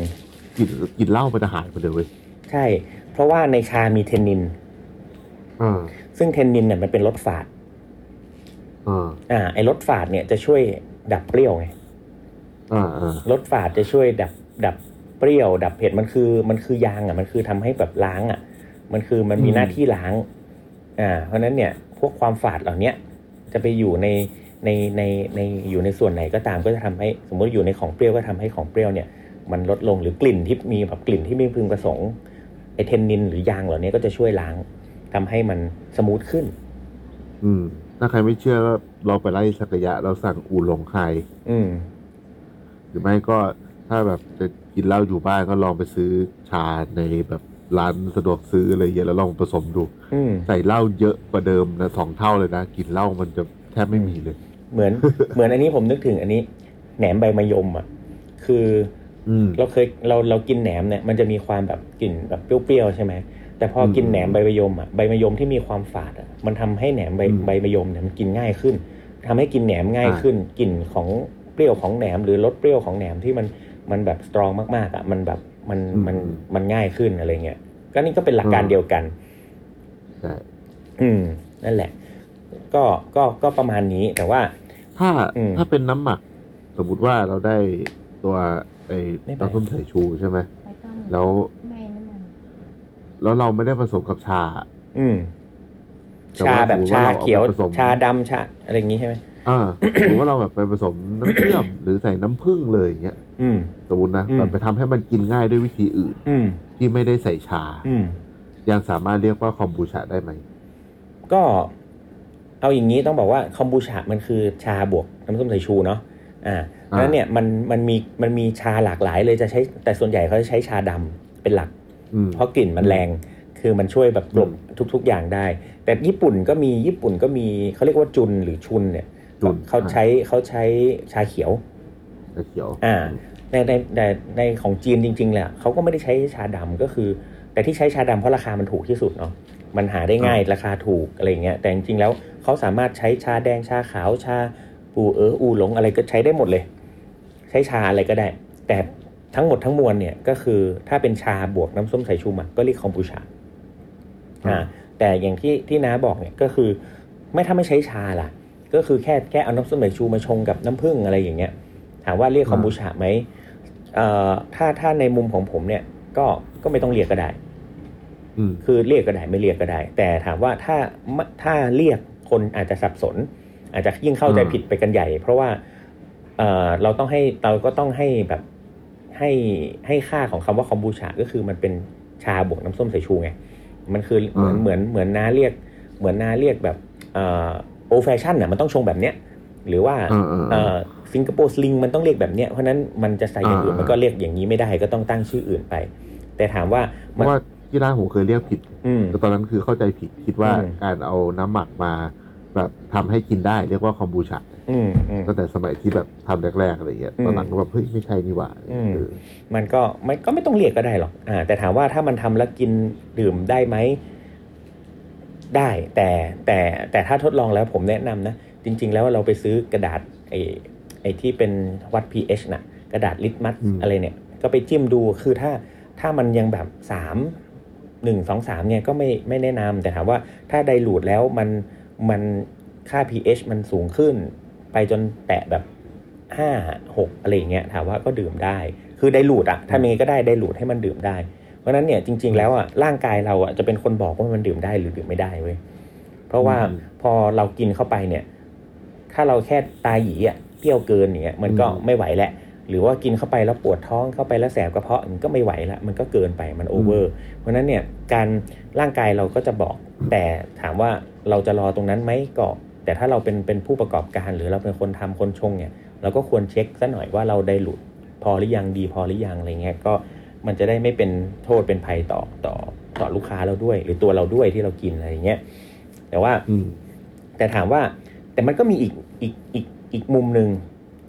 S4: กลิ่นกลิ่นเหล้ามันจะหายไปเลยเว้ย
S3: ใช่ เพราะว่าในชามีเทนนิน
S4: อ่า
S3: ซึ่งเทนนินเนี่ยมันเป็นรสฝาด
S4: อ่า
S3: อ่า ไอ้รสฝาดเนี่ยจะช่วยดับเปรี้ยวไง
S4: อ่าอ่าร
S3: สฝาดจะช่วยดับดับเปรี้ยว ดับเผ็ดมันคือมันคือยางอ่ะมันคือทำให้แบบล้างอ่ะ มันคือมันมีหน้าที่ล้าง อ่าเพราะฉะนั้นเนี่ยพวกความฝาดเหล่าเนี้ยจะไปอยู่ในในในในอยู่ในส่วนไหนก็ตามก็จะทำให้สมมติอยู่ในของเปรี้ยวก็ทำให้ของเปรี้ยวเนี่ยมันลดลงหรือกลิ่นที่มีแบบกลิ่นที่ไม่พึงประสงค์ไอเทนนินหรือยางเหล่านี้ก็จะช่วยล้างทำให้มันสมูทขึ้น
S4: อืม ถ้าใครไม่เชื่อก็ลองไปไล่สักยะ เราสั่งอูหลงไฮ
S3: อืม
S4: หรือไม่ก็ถ้าแบบจะกินเหล้าอยู่บ้านก็ลองไปซื้อชาในแบบร้านสะดวกซื้ออะไรเงี้ยแล้วลองผสมดู
S3: อืม
S4: ใส่เหล้าเยอะกว่าเดิมนะสองเท่าเลยนะกลินเหล้ามันจะแทบไม่มีเลย
S3: เหมือน เหมือนอันนี้ผมนึกถึงอันนี้แหนมใบมะยมอ่ะคือ
S4: อืม
S3: เราเคยเราเรากินแหนมเนี่ยมันจะมีความแบบกลิ่นแบบเปรี้ยวๆใช่ไหมแต่พออ
S4: ม
S3: กินแหนมใบมะยมอ่ะใบมะยมที่มีความฝาดอ่ะมันทำให้แหนมใบ
S4: อืม
S3: ใบมะยมเนี่ยมันกินง่ายขึ้นทำให้กินแหนมง่าย
S4: อ่า
S3: ขึ้นกลิ่นของเปรี้ยวของแหนม หรือรสเปรี้ยวของแหนมที่มันมันแบบสตรองมากๆอ่ะมันแบบมันมันมันง่ายขึ้นอะไรเงี้ยก็นี่ก็เป็นหลักการเดียวกัน
S4: ใช่
S3: อืมนั่นแหละ ก็ก็ก็ประมาณนี้แต่ว่า
S4: ถ้า
S3: อืม
S4: ถ้าเป็นน้ำหมัก สมมุติว่าเราได้ตัวไอ้
S3: ไม่เป็นไร
S4: น้ำส้มสายชูใช่ไหม
S5: ไม่ต้อง
S4: แล้ว
S5: ไม่น้ำมัน
S4: แล้วเราไม่ได้ผสมกับชา
S3: อืม
S4: แต่ว่า
S3: ชาแบบ
S4: สมมุติ
S3: ชา
S4: ว่าเราเอา
S3: เขียว
S4: ไปผสม
S3: ชาดำชาอะไรอย่างงี้ใช่ไหม
S4: อ่า *coughs* หรือว่าเราแบบไปผสมน้ำเชื่อม หรือใส่น้ำผึ้งเลยอย่างเงี้ย
S3: อืม
S4: สมมตินะ
S3: อืม
S4: แบบไปทำให้มันกินง่ายด้วยวิธีอื่น
S3: อืม
S4: ที่ไม่ได้ใส่ชา
S3: อืม
S4: ยังสามารถเรียกว่าคอมบูชาได้ไหม
S3: ก็ เอาอย่างนี้ต้องบอกว่าคอมบูชามันคือชาบวกน้ำส้มสายชูเนาะอ่าเพราะฉะนั้นเนี่ยมันมันมีมันมีชาหลากหลายเลยจะใช้ แต่ส่วนใหญ่เขาจะใช้ชาดำเป็นหลัก
S4: อืม
S3: เพราะกลิ่นมันแรง คือมันช่วยแบบกลบทุก ๆ อย่างได้ แต่ญี่ปุ่นก็มีญี่ปุ่นก็มีเขาเรียกว่าจุนหรือชุนเนี่ย
S4: จุน
S3: เขาใช้เขาใช้ชาเขียว
S4: ชาเขียว
S3: อ่าในในในในของจีนจริงๆแหละเขาก็ไม่ได้ใช้ชาดำก็คือ แต่ที่ใช้ชาดำเพราะราคามันถูกที่สุดเนาะมันหาได้ง่ายราคาถูกอะไรอย่างเงี้ยแต่จริงๆแล้วเขาสามารถใช้ชาแดงชาขาวชาปูเอออูหลงอะไรก็ใช้ได้หมดเลย ใช้ชาอะไรก็ได้ แต่ทั้งหมดทั้งมวลเนี่ยก็คือถ้าเป็นชาบวกน้ำส้มสายชูหมักก็เรียกคอมบูชาอ่าแต่อย่างที่ที่น้าบอกเนี่ยก็คือ ไม่ถ้าไม่ใช้ชาล่ะ ก็คือแค่แค่เอาน้ำส้มสายชูมาชงกับน้ำผึ้งอะไรอย่างเงี้ย ถามว่าเรียกคอมบูชาไหมเอ่อถ้าถ้าในมุมของผมเนี่ย ก็ก็ไม่ต้องเรียกก็ได้
S4: อืม
S3: คือเรียกก็ได้ไม่เรียกก็ได้ แต่ถามว่าถ้าไม่ถ้าเรียกคนอาจจะสับสน อาจจะยิ่งเข้าใจผิดไปกันใหญ่ เพราะว่าเอ่อเราต้องให้เราก็ต้องให้แบบให้ให้ค่าของคำว่าคอมบูชาก็คือมันเป็นชาบวกน้ำส้มสายชูไง มันคือเหมือนเหมือนเหมือนน้าเรียก เหมือนน้าเรียกแบบโอแฟชั่นน่ะมันต้องชงแบบเนี้ยหรือว่า
S4: อ่าอ่า
S3: เอ่
S4: อ่า
S3: อสิงคโปร์สลิงมันต้องเรียกแบบเนี้ยเพราะฉะนั้นมันจะใส่อย่างอื่น
S4: อ่ามั
S3: มันก็เรียกอย่างนี้ไม่ได้ก็ต้องตั้งชื่ออื่นไป แต่ถามว่า
S4: เพ
S3: มัน
S4: ราะว่าที่ร้านผมเคยเรียกผิด
S3: อืม
S4: แต่ตอนนั้นคือเข้าใจผิดคิดว่า
S3: อืม
S4: การเอาน้ำหมักมาแบบทำให้กินได้เรียกว่าคอมบูชา
S3: อืมอืม
S4: ตั้งแต่สมัยที่แบบทำแรกๆอะไรเงี้ย
S3: อืม
S4: ตอนหลังก็แบบเฮ้ยไม่ใช่นี่หว่า
S3: อืม
S4: เออ
S3: มันก็มันก็ไม่ต้องเรียกก็ได้หรอกอ่าแต่ถามว่าถ้ามันทำแล้วกินดื่มได้ไหมได้ แต่แต่แต่ถ้าทดลองแล้วผมแนะนำนะ จริง ๆ แล้วเราไปซื้อกระดาษไอ้ไอ้ที่เป็นวัด pH น่ะ กระดาษลิตมัสอะไรเนี่ย ก็ไปจิ้มดูคือถ้าถ้ามันยังแบบสามหนึ่งสองสามเนี่ยก็ไม่ไม่แนะนำแต่ถามว่าถ้าไดรูดแล้วมันมันค่า pH มันสูงขึ้น ไปจนแตะแบบห้าหกอะไรอย่างเงี้ยถามว่าก็ดื่มได้ คือไดรูดอะทำยังไงก็ได้ไดรูดให้มันดื่มได้ เพราะฉะนั้นเนี่ยจริง ๆ แล้วอะร่างกายเราอะจะเป็นคนบอกว่ามันดื่มได้หรือดื่มไม่ได้เว้ยเพราะว่าพอเรากินเข้าไปเนี่ย ถ้าเราแค่ตาหยีอะเปรี้ยวเกินอย่างเงี้ยมันก็ไม่ไหวแหละ หรือว่ากินเข้าไปแล้วปวดท้องเข้าไปแล้วแสบกระเพาะมันก็ไม่ไหวละมันก็เกินไปมันโอเวอร์ เพราะฉะนั้นเนี่ยการร่างกายเราก็จะบอก แต่ถามว่าเราจะรอตรงนั้นไหมก็แต่ถ้าเราเป็นเป็นผู้ประกอบการหรือเราเป็นคนทำคนชงเนี่ย เราก็ควรเช็คซะหน่อยว่าเราได้หลุดพอหรือยังดีพอหรือยังอะไรเงี้ยก็มันจะได้ไม่เป็นโทษเป็นภัยต่อต่อต่อลูกค้าเราด้วย หรือตัวเราด้วยที่เรากินอะไรเงี้ยแต่ว่า
S4: อืม
S3: แต่ถามว่าแต่มันก็มีอีกอีกอีกอีกมุมหนึ่ง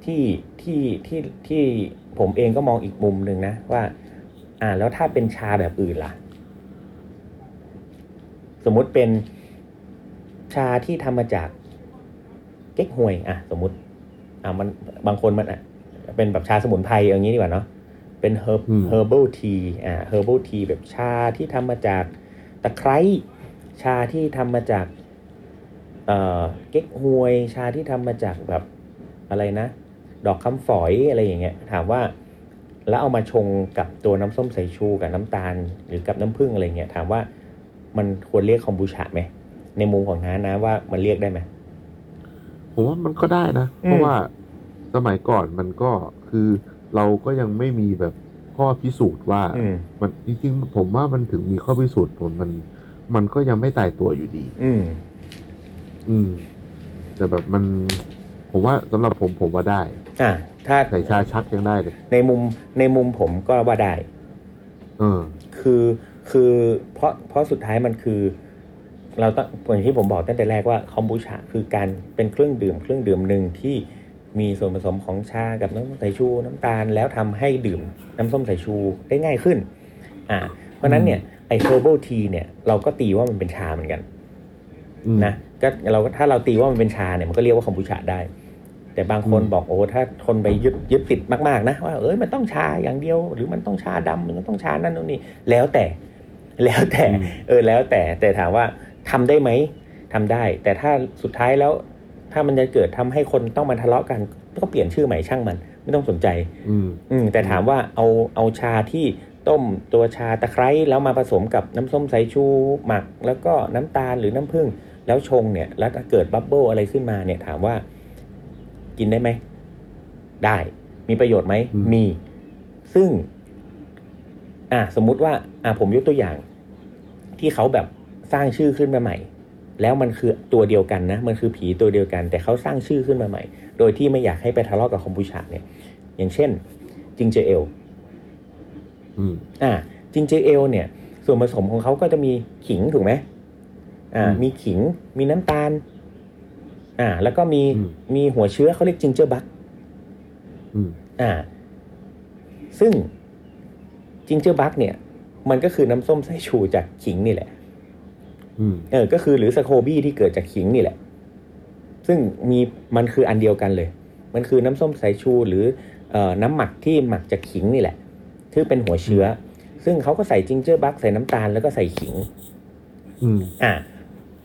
S3: ที่ที่ที่ที่ผมเองก็มองอีกมุมหนึ่งนะว่า อ่าแล้วถ้าเป็นชาแบบอื่นล่ะ สมมุติเป็นชาที่ทำมาจากเก๊กฮวย อ่ะ สมมติ อ่ะมันบางคนมันอ่ะเป็นแบบชาสมุนไพรอย่างนี้ดีกว่าเนาะเป็นเฮอร์
S4: อืม
S3: เฮอร์เบิลทีอ่าเฮอร์เบิลทีแบบชาที่ทำมาจากตะไคร้ชาที่ทำมาจาก เอ่อเก๊กฮวยชาที่ทำมาจากแบบอะไรนะ ดอกคำฝอยอะไรอย่างเงี้ยถามว่า แล้วเอามาชงกับตัวน้ำส้มสายชูกับน้ำตาล หรือกับน้ำผึ้งอะไรเงี้ยถามว่ามันควรเรียกคอมบูชาไหม ในมุมของน้านะว่ามันเรียกได้ไหม
S4: ผมว่ามันก็ได้นะ
S3: อืม
S4: เพราะว่าสมัยก่อนมันก็คือเราก็ยังไม่มีแบบข้อพิสูจน์ว่า
S3: อืม
S4: มันจริงๆผมว่ามันถึงมีข้อพิสูจน์ผลมัน มันก็ยังไม่ตายตัวอยู่ดี
S3: อืม
S4: อืม แต่แบบมัน ผมว่าสำหรับผมผมว่าได้
S3: อ่าถ้า
S4: ใส่ชาชักยังได้เลย
S3: ในมุมในมุมผมก็ว่าได้
S4: เออ
S3: คือคือเพราะเพราะสุดท้ายมันคือ เราต้องอย่างที่ผมบอกตั้งแต่แรกว่าคอมบูชาคือการเป็นเครื่องดื่มเครื่องดื่มหนึ่งที่มีส่วนผสมของชากับน้ำส้มสายชูน้ำตาลแล้วทำให้ดื่มน้ำส้มสายชูได้ง่ายขึ้น อ่า เพราะฉะนั้นเนี่ยไอเฮอร์เบิลทีเนี่ยเราก็ตีว่ามันเป็นชาเหมือนกัน
S4: อืม
S3: นะก็เราก็ถ้าเราตีว่ามันเป็นชาเนี่ยมันก็เรียกว่าคอมบูชาได้ แต่บางคน
S4: อืม
S3: บอกโอ้ถ้าทนไปยึดยึดติดมากๆนะว่าเอ้ยมันต้องชาอย่างเดียว หรือมันต้องชาดำหรือมันต้องชานั่นนู่นนี่แล้วแต่แล้วแต่
S4: อืม
S3: เออแล้วแต่แต่ถามว่าทำได้ไหมทำได้ แต่ถ้าสุดท้ายแล้ว ถ้ามันจะเกิดทำให้คนต้องมาทะเลาะกันก็เปลี่ยนชื่อใหม่ช่างมัน ไม่ต้องสนใจ
S4: อืม
S3: อืมแต่ถามว่าเอาเอาชาที่ต้มตัวชาตะไคร้แล้วมาผสมกับน้ำส้มสายชูหมัก แล้วก็น้ำตาลหรือน้ำผึ้งแล้วชงเนี่ย แล้วถ้าเกิดบับเบิลอะไรขึ้นมาเนี่ย ถามว่ากินได้ไหม ได้มีประโยชน์ไหม
S4: อืม
S3: มี ซึ่ง อ่ะสมมุติว่า อ่ะผมยกตัวอย่าง ที่เขาแบบสร้างชื่อขึ้นมาใหม่ แล้วมันคือตัวเดียวกันนะ มันคือผีตัวเดียวกัน แต่เขาสร้างชื่อขึ้นมาใหม่ โดยที่ไม่อยากให้ไปทะเลาะกับคอมพูชาเนี่ย อย่างเช่น จิงเจเอล
S4: อืม
S3: อ่าจิงเจเอลเนี่ยส่วนผสมของเขาก็จะมีขิงถูกไหมอ่า
S4: อืม
S3: มีขิงมีน้ำตาล อ่า แล้วก็มี
S4: อืม
S3: มีหัวเชื้อเขาเรียกจิงเจอร์บัก
S4: อืม
S3: อ่า ซึ่งจิงเจอร์บักเนี่ย มันก็คือน้ำส้มสายชูจากขิงนี่แหละ
S4: อืม
S3: เออ ก็คือหรือสโคบี้ที่เกิดจากขิงนี่แหละ ซึ่งมีมันคืออันเดียวกันเลย มันคือน้ำส้มสายชูหรือเออน้ำหมักที่หมักจากขิงนี่แหละที่เป็นหัวเชื้อ ซึ่งเขาก็ใส่จิงเจอร์บักใส่น้ำตาลแล้วก็ใส่ขิง
S4: อืม
S3: อ่า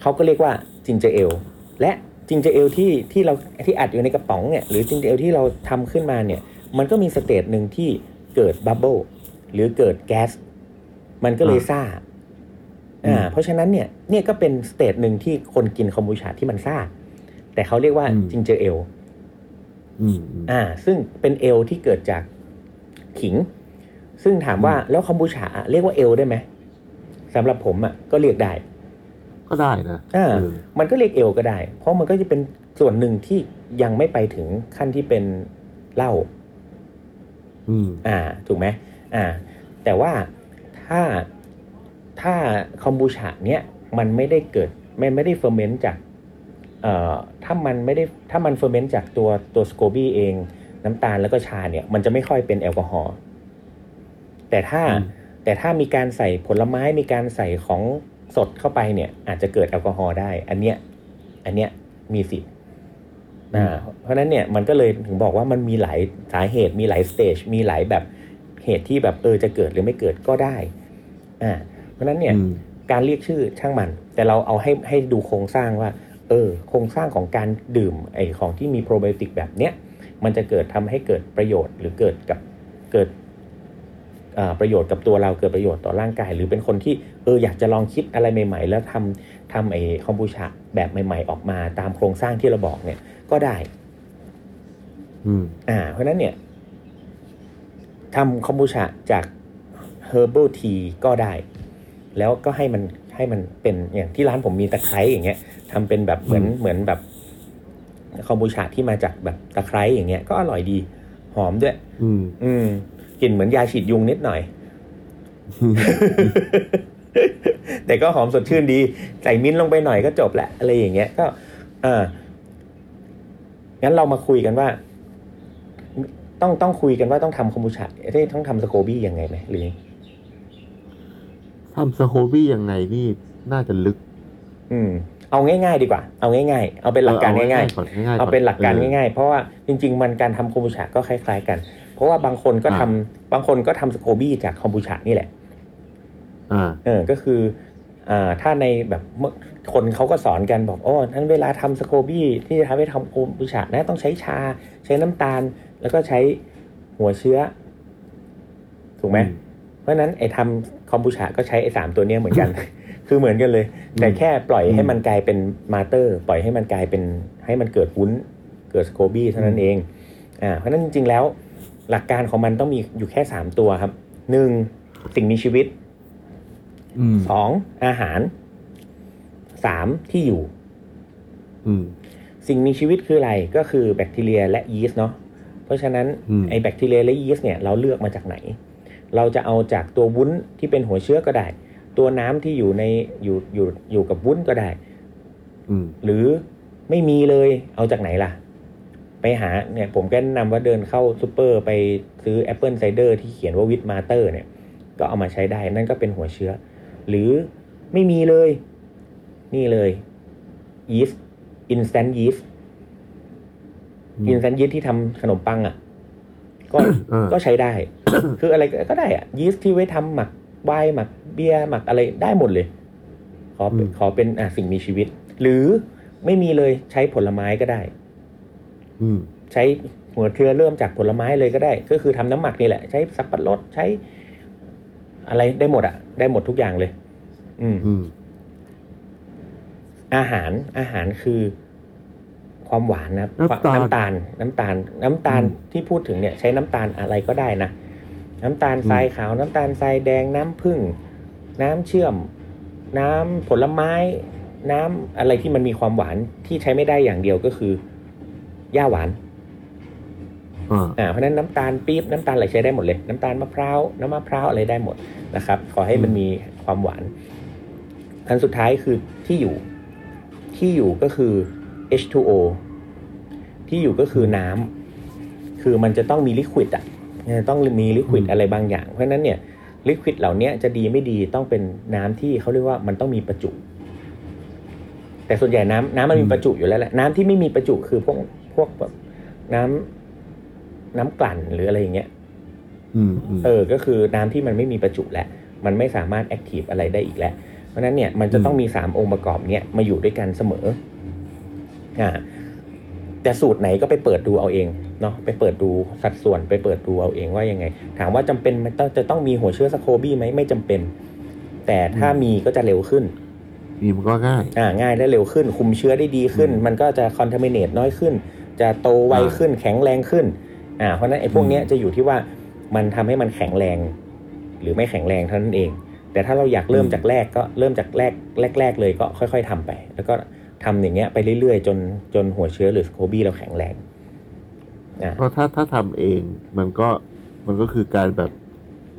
S3: เขาก็เรียกว่าจิงเจอร์เอลและจิงเจอร์เอลที่ที่เราที่อัดอยู่ในกระป๋องเนี่ยหรือจิงเจอร์เอลที่เราทำขึ้นมาเนี่ย มันก็มีสเตจหนึ่งที่เกิดบับเบิลหรือเกิดแก๊สมันก็เลยซ่าอ่า
S4: อืม
S3: เพราะฉะนั้นเนี่ยเนี่ยก็เป็นสเตจหนึ่งที่คนกินคอมบูชาที่มันซ่า แต่เขาเรียกว่า
S4: อืม
S3: จิงเจอร์เอล
S4: อืมอืม
S3: อ่าซึ่งเป็นเอลที่เกิดจากขิง ซึ่งถามว่าแล้วคอมบูชาเรียกว่าเอลได้ไหมสำหรับผมอ่ะก็เรียกได้
S4: ก็ได้นะ
S3: อ่า
S4: เออ
S3: มันก็เรียกเอลก็ได้ เพราะมันก็จะเป็นส่วนหนึ่งที่ยังไม่ไปถึงขั้นที่เป็นเหล้า
S4: อืม
S3: อ่า ถูกไหมอ่า แต่ว่าถ้าถ้าคอมบูชาเนี้ยมันไม่ได้เกิดไม่ไม่ได้เฟอร์เมนต์จากเอ่อถ้ามันไม่ได้ถ้ามันเฟอร์เมนต์จากตัวตัวสโคบี้เอง น้ำตาลแล้วก็ชาเนี่ย มันจะไม่ค่อยเป็นแอลกอฮอล์แต่ถ้า
S4: อืม
S3: แต่ถ้ามีการใส่ผลไม้มีการใส่ของสดเข้าไปเนี่ย อาจจะเกิดแอลกอฮอล์ได้ อันเนี้ยอันเนี้ยมีสิทธิ์อ่าเพราะฉะนั้นเนี่ยมันก็เลยถึงบอกว่ามันมีหลายสาเหตุมีหลายสเตจมีหลายแบบเหตุที่แบบเออจะเกิดหรือไม่เกิดก็ได้อ่าเพราะฉะนั้นเนี่ย
S4: อืม
S3: การเรียกชื่อช่างมัน แต่เราเอาให้ให้ดูโครงสร้างว่า เออ โครงสร้างของการดื่มไอของที่มีโปรไบโอติกแบบเนี้ยมันจะเกิดทำให้เกิดประโยชน์ หรือเกิดกับเกิดเอ่อประโยชน์กับตัวเราเกิดประโยชน์ต่อร่างกาย หรือเป็นคนที่เอออยากจะลองคิดอะไรใหม่ ๆ แล้วทำทำไอคอมบูชาแบบใหม่ ๆ ออกมาตามโครงสร้างที่เราบอกเนี่ยก็ได้
S4: อืม
S3: อ่าเพราะฉะนั้นเนี่ยทำคอมบูชาจากเฮอร์เบิลทีก็ได้ แล้วก็ให้มันให้มันเป็นอย่างที่ร้านผมมีตะไคร้อย่างเงี้ยทำเป็นแบบเหมือนเหมือนแบบคอมบูชาที่มาจากแบบตะไคร้อย่างเงี้ยก็อร่อยดี หอมด้วย
S4: อืม
S3: อืมกลิ่นเหมือนยาฉีดยุงนิดหน่อย *laughs* แต่ก็หอมสดชื่นดี ใส่มิ้นท์ลงไปหน่อยก็จบละอะไรอย่างเงี้ยก็เอองั้นเรามาคุยกันว่า ต้องต้องคุยกันว่าต้องทำคอมบูชาเอ้ยต้องทำสโคบี้ยังไงไหมหรือ
S4: ทำสโคบี้ยังไงนี่น่าจะลึก
S3: อืม เอาง่ายๆดีกว่า เอาง่ายๆ เอาเป็นหลักการ
S4: อ
S3: ง่ายๆ
S4: ๆก่อนง่ายๆ
S3: เอาเป็นหลักการ
S4: อ
S3: ง่ายๆ เพราะว่าจริง ๆ มันการทำคอมบูชาก็คล้ายๆกัน เพราะว่าบางคนก็ทำ
S4: อ่า
S3: บางคนก็ทำสโคบี้จากคอมบูชานี่แหละ
S4: อ่า
S3: เออ ก็คืออ่าถ้าในแบบเมื่อคนเขาก็สอนกันบอกอ๋อนั้นเวลาทำสโคบี้ที่จะทำให้ทำโคบูชานะต้องใช้ชา ใช้น้ำตาล แล้วก็ใช้หัวเชื้อ ถูกไหม
S4: อืม
S3: เพราะฉะนั้นไอ้ทำคอมบูชาก็ใช้ไอ้สามตัวเนี้ยเหมือนกัน *laughs* คือเหมือนกันเลย แต่แค่ปล่อย
S4: อืม
S3: ให้มันกลายเป็นมาเตอร์ ปล่อยให้มันกลายเป็นให้มันเกิดวุ้นเกิดสโคบี้เท่านั้น
S4: อืม
S3: เองอ่าเพราะฉะนั้นจริงๆแล้ว หลักการของมันต้องมีอยู่แค่ 3 ตัวครับหนึ่งสิ่งมีชีวิต
S4: อืม
S3: สองอาหารสามที่อยู่
S4: อืม
S3: สิ่งมีชีวิตคืออะไรก็คือแบคทีเรียและยีสต์เนาะเพราะฉะนั้น
S4: อืม
S3: ไอแบคทีเรียและยีสต์เนี่ยเราเลือกมาจากไหน เราจะเอาจากตัววุ้นที่เป็นหัวเชื้อก็ได้ ตัวน้ำที่อยู่ในอยู่อยู่อยู่กับวุ้นก็ได้
S4: อืม
S3: หรือไม่มีเลยเอาจากไหนล่ะ ไปหาเนี่ยผมก็แนะนำว่าเดินเข้าซูเปอร์ไปซื้อแอปเปิลไซเดอร์ที่เขียนว่าวิตมาเตอร์เนี่ย ก็เอามาใช้ได้นั่นก็เป็นหัวเชื้อ หรือไม่มีเลย นี่เลยยีสต์อินสแตนยีสต์
S4: อืม
S3: อินสแตนยีสต์ที่ทำขนมปังอ่ะ ก็
S4: เออ
S3: ก็ใช้ได้ *coughs* คืออะไรก็ได้อ่ะยีสต์ที่ไว้ทำหมักไวน์หมักเบียร์หมักอะไรได้หมดเลย ขอเป็น
S4: อืม
S3: ขอเป็นอ่ะสิ่งมีชีวิต หรือไม่มีเลยใช้ผลไม้ก็ได้
S4: อืม
S3: ใช้หัวเชื้อเริ่มจากผลไม้เลยก็ได้ ก็คือทำน้ำหมักนี่แหละ ใช้สับปะรดใช้ อะไรได้หมดอ่ะ ได้หมดทุกอย่างเลย อืม
S4: อืม
S3: อาหารอาหารคือความหวานนะครับ
S4: น้ำตาล
S3: น้ำตาล น้ำตาล น้ำตาลที่พูดถึงเนี่ย ใช้น้ำตาลอะไรก็ได้นะ น้ำตาลทรายขาว น้ำตาลทรายแดงน้ำผึ้งน้ำเชื่อม น้ำผลไม้ น้ำอะไรที่มันมีความหวานที่ใช้ไม่ได้อย่างเดียวก็คือหญ้าหวาน
S4: อ่า
S3: อ่าเพราะฉะนั้นน้ำตาลปี๊บน้ำตาลอะไรใช้ได้หมดเลย น้ำตาลมะพร้าวน้ำมะพร้าวอะไรได้หมดนะครับ ขอให้มัน
S4: อืม
S3: มีความหวาน อันสุดท้ายคือที่อยู่ ที่อยู่ก็คือ H2O ที่อยู่ก็คือน้ำคือมันจะต้องมีลิควิดอ่ะมันจะต้องมีลิควิดอะไรบางอย่าง เพราะฉะนั้นเนี่ยลิควิดเหล่าเนี้ยจะดีไม่ดีต้องเป็นน้ำที่เขาเรียกว่ามันต้องมีประจุ แต่ส่วนใหญ่น้ำน้ำมันมีประจุอยู่แล้วแหละน้ำที่ไม่มีประจุคือพวกพวกแบบน้ำน้ำกลั่นหรืออะไรอย่างเงี้ย
S4: อืมอืม
S3: เออ ก็คือน้ำที่มันไม่มีประจุแล้ว มันไม่สามารถแอคทีฟอะไรได้อีกแล้ว เพราะฉะนั้นเนี่ย มันจะต้องมีสามองค์ประกอบเนี่ยมาอยู่ด้วยกันเสมอ อ่า แต่สูตรไหนก็ไปเปิดดูเอาเอง เนาะ ไปเปิดดูสัดส่วน ไปเปิดดูเอาเองว่ายังไง ถามว่าจำเป็นไหมต้องจะต้องมีหัวเชื้อสโคบี้ไหมไม่จำเป็น แต่ถ้า
S4: อืม
S3: มีก็จะเร็วขึ้น
S4: นี่มันก็ง่าย
S3: อ่า ง่ายและเร็วขึ้น คุมเชื้อได้ดีขึ้น
S4: อืม
S3: มันก็จะคอน t ามิเนตน้อยขึ้น จะโตไว
S4: อ่า
S3: ขึ้น แข็งแรงขึ้น อ่า เพราะฉะนั้นไอ้พวกเนี้ย
S4: อืม
S3: จะอยู่ที่ว่ามันทำให้มันแข็งแรง หรือไม่แข็งแรงเท่านั้นเอง แต่ถ้าเราอยากเริ่ม
S4: อืม
S3: จากแรกก็เริ่มจากแรกแรก ๆ เลยก็ค่อย ๆทำไป แล้วก็ทำอย่างเงี้ยไปเรื่อยๆ จนจนหัวเชื้อหรือสโคบี้เราแข็งแรง อ่า
S4: เพราะถ้าถ้าทำเองมันก็มันก็คือการแบบ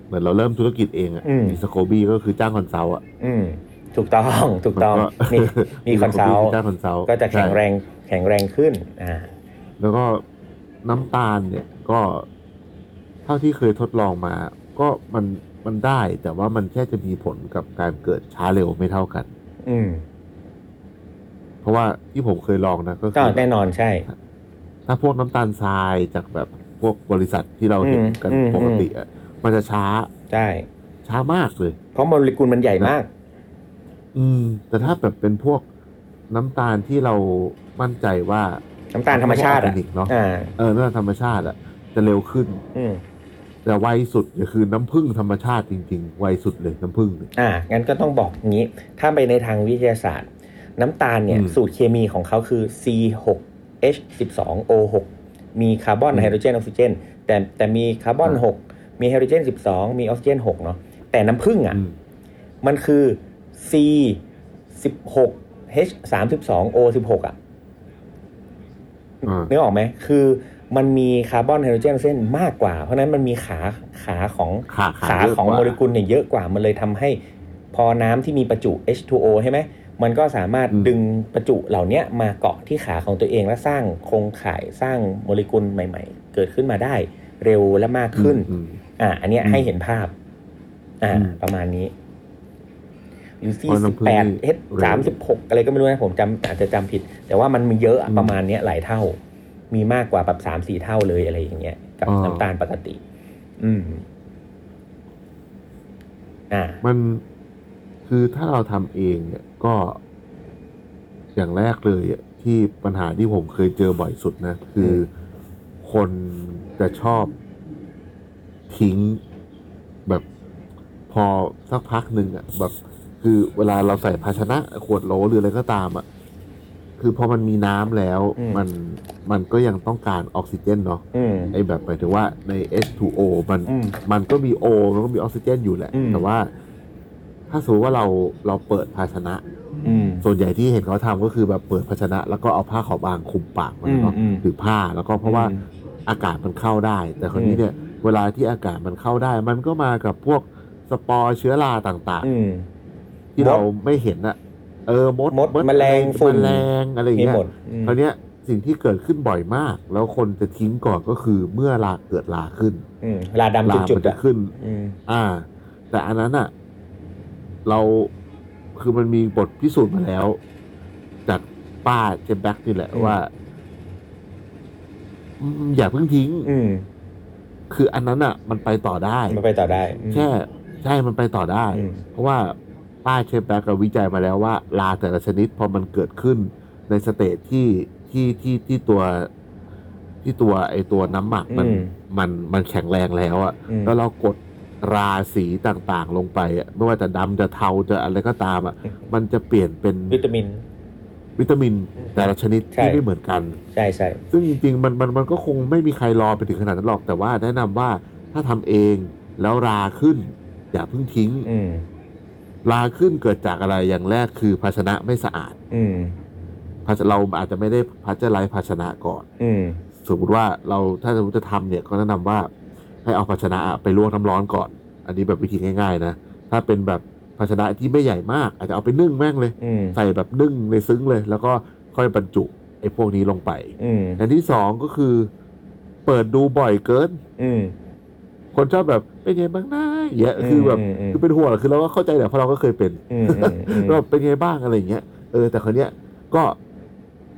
S4: เหมือนเราเริ่มธุรกิจเองอะ
S3: อืม
S4: สโคบี้ก็คือจ้างคอนซัลท์อะ
S3: อืม ถูกต้องถูก
S4: *laughs*
S3: ต้อง
S4: มัน
S3: มีมีคอนซัล
S4: ก็ Scoby จ้า
S3: ท์
S4: งคอนซัลท์
S3: ก็จะแข็งแรงแข็งแรงขึ้น อ่า
S4: แล้วก็น้ำตาลเนี่ยก็ เท่าที่เคยทดลองมา ก็มันมันได้ แต่ว่ามันแค่จะมีผลกับการเกิดช้าเร็วไม่เท่ากัน
S3: อืม
S4: เพราะว่าที่ผมเคยลองนะก็
S3: ก็
S4: คือ
S3: แน่นอนใช่
S4: ถ้าพวกน้ำตาลทรายจากแบบพวกบริษัทที่เราเห็นกัน
S3: อืมอืม
S4: ปกติอะมันจะช้า
S3: ใช่
S4: ช้ามากเลย
S3: เพราะโมเลกุลมันใหญ่มาก
S4: อืม แต่ถ้าแบบเป็นพวกน้ำตาลที่เรามั่นใจว่า
S3: น้ำตาลธรรมชาติ
S4: ออร์
S3: อ่ะ
S4: แกนิกเนาะ
S3: อ่า
S4: เออน้ำตาลธรรมชาติอะจะเร็วขึ้น
S3: อืม
S4: แต่ไวสุดเนี่ยคือน้ำผึ้งธรรมชาติจริงๆ ไวสุดเลยน้ำผึ้งเนี่ย
S3: อ่า งั้นก็ต้องบอกงี้ ถ้าไปในทางวิทยาศาสตร์ น้ำตาลเนี่ย
S4: อืม
S3: สูตรเคมีของเขาคือ C6H12O6 มีคาร์บอน
S4: อืม
S3: ไฮโดรเจนออกซิเจน แต่แต่มีคาร์บอน
S4: อ่า
S3: หกมีไฮโดรเจน 12 มีออกซิเจนหกเนาะ แต่น้ำผึ้งอ่ะ
S4: อืม
S3: มันคือ C16H32O16 อ่ะ
S4: อ่า
S3: นึกออกไหม คือมันมีคาร์บอนไฮโดรเจนเส้นมากกว่า เพราะฉะนั้นมันมีขาขาของ
S4: ขา
S3: ขา
S4: เยะ
S3: ของ
S4: กว่
S3: โมเลกุลเนี่ยเยอะกว่า มันเลยทำให้พอน้ำที่มีประจุ H2O ใช่ไหม มันก็สามารถ
S4: อืม
S3: ดึงประจุเหล่าเนี้ยมาเกาะที่ขาของตัวเองและสร้างโครงข่ายสร้างโมเลกุลใหม่ ๆ เกิดขึ้นมาได้เร็วและมากขึ้น
S4: อืม
S3: อ่า อันเนี้ย
S4: อืม
S3: ให้เห็นภาพ อ่า
S4: อืม
S3: ประมาณนี้อยู่ที่
S4: เพราะ
S3: สิ
S4: น้ำ
S3: บ
S4: ผึ้
S3: แปด
S4: ง
S3: เอส
S4: เร็
S3: สามสิบหกอะไรก็ไม่รู้นะ ผมจำอาจจะจำผิด แต่ว่ามันมีเยอะอะ
S4: อืม
S3: ประมาณเนี้ยหลายเท่า มีมากกว่าแบบสามสี่เท่าเลยอะไรอย่างเงี้ย กับ
S4: อ่า
S3: น้ำตาลปกติ อืม อ่า
S4: มันคือถ้าเราทำเองเนี่ยก็อย่างแรกเลยอะที่ปัญหาที่ผมเคยเจอบ่อยสุดนะ คืออคนจะชอบทิ้งแบบพอสักพักหนึ่งอะแบบ คือเวลาเราใส่ภาชนะขวดโหลหรืออะไรก็ตามอ่ะคือพอมันมีน้ำแล้ว
S3: อืม
S4: มันมันก็ยังต้องการออกซิเจนเนาะ
S3: อืม
S4: ไอแบบหมายถึงว่าใน H2O มัน
S3: อืม
S4: มันก็มีโอมันก็มีออกซิเจนอยู่แหละ
S3: อืม
S4: แต่ว่า ถ้าสมมติว่าเราเราเปิดภาชนะ
S3: อืม
S4: ส่วนใหญ่ที่เห็นเขาทำก็คือแบบเปิดภาชนะ แล้วก็เอาผ้าขาวบางคลุมปากมันเนาะ
S3: อืมอืม
S4: หรือผ้าแล้วก็เพราะว่า อากาศมันเข้าได้ แต่คราวนี้เนี่ยเวลาที่อากาศมันเข้าได้ มันก็มากับพวกสปอร์เชื้อราต่าง
S3: อืม
S4: ๆ ที่
S3: มด
S4: เราไม่เห็นอะเออมด
S3: มดแมลงฝุ่น
S4: แมลงอะไรอย่าง
S3: มี
S4: เงี้ย
S3: หมดอืม
S4: คราวเนี้ยสิ่งที่เกิดขึ้นบ่อยมาก แล้วคนจะทิ้งก่อนก็คือเมื่อราเกิดราขึ้น
S3: อืมลาดำ
S4: รา
S3: จุ
S4: มั
S3: ด
S4: น
S3: ๆ
S4: จะ
S3: อ่ะ
S4: ขึ้น
S3: อืม
S4: อ่า แต่อันนั้นอะเราคือมันมีบทพิสูจน์มาแล้ว จากป้าเจมแบ็กนี่แหละ
S3: อืม
S4: ว่าอืมอย่าเพิ่งทิ้ง
S3: อืม
S4: คืออันนั้นอ่ะ มันไปต่อได้
S3: มันไปต่อได้อืม
S4: แค่ใช่มันไปต่อได้
S3: อืม
S4: เพราะว่าป้าเชฟแบ็กก็วิจัยมาแล้วว่า ลาแต่ละชนิดพอมันเกิดขึ้นในสเตจที่ที่ที่ที่ตัวที่ตัวไอตัวน้ำหมักมัน
S3: อืม
S4: มันมันแข็งแรงแล้วอะ
S3: อืม
S4: แล้วเรากดราสีต่างๆลงไปอะไม่ว่าจะดำจะเทาจะอะไรก็ตามอะ
S3: อืม
S4: มันจะเปลี่ยนเป็น
S3: วิตามิน
S4: วิตามินแต่ละชนิด
S3: ใช่
S4: ที่ไม่เหมือนกัน
S3: ใช่ใช่
S4: ซึ่งจริงๆมันมันมันก็คงไม่มีใครรอไปถึงขนาดนั้นหรอก แต่ว่าแนะนำว่าถ้าทำเองแล้วราขึ้น อย่าเพิ่งทิ้ง
S3: อืม
S4: ราขึ้นเกิดจากอะไรอย่างแรกคือภาชนะไม่สะอาด
S3: อืม
S4: ภาชเราอาจจะไม่ได้พัชไลภาชนะก่อน
S3: อืม
S4: สมมติว่าเราถ้าสมมติจะทำเนี่ยก็แนะนำว่าให้เอาภาชนะไปลวกน้ำร้อนก่อน อันนี้แบบวิธีง่าย ๆ นะ ถ้าเป็นแบบภาชนะที่ไม่ใหญ่มาก อาจจะเอาไปนึ่งแม่งเลย
S3: อืม
S4: ใส่แบบนึ่งในซึ้งเลย แล้วก็ค่อยบรรจุไอ้พวกนี้ลงไป
S3: อืม
S4: อันที่สองก็คือ เปิดดูบ่อยเกิน
S3: อืม
S4: คนชอบแบบเป็นไงบ้างนะอย่างเงี้ยคือแบบ
S3: อืม
S4: คือเป็นห่วงคือเราก็เข้าใจแหละเพราะเราก็เคยเป็น
S3: อืมอืมอืม
S4: เราเป็นไงบ้างอะไรอย่างเงี้ยเออแต่คนเนี้ยก็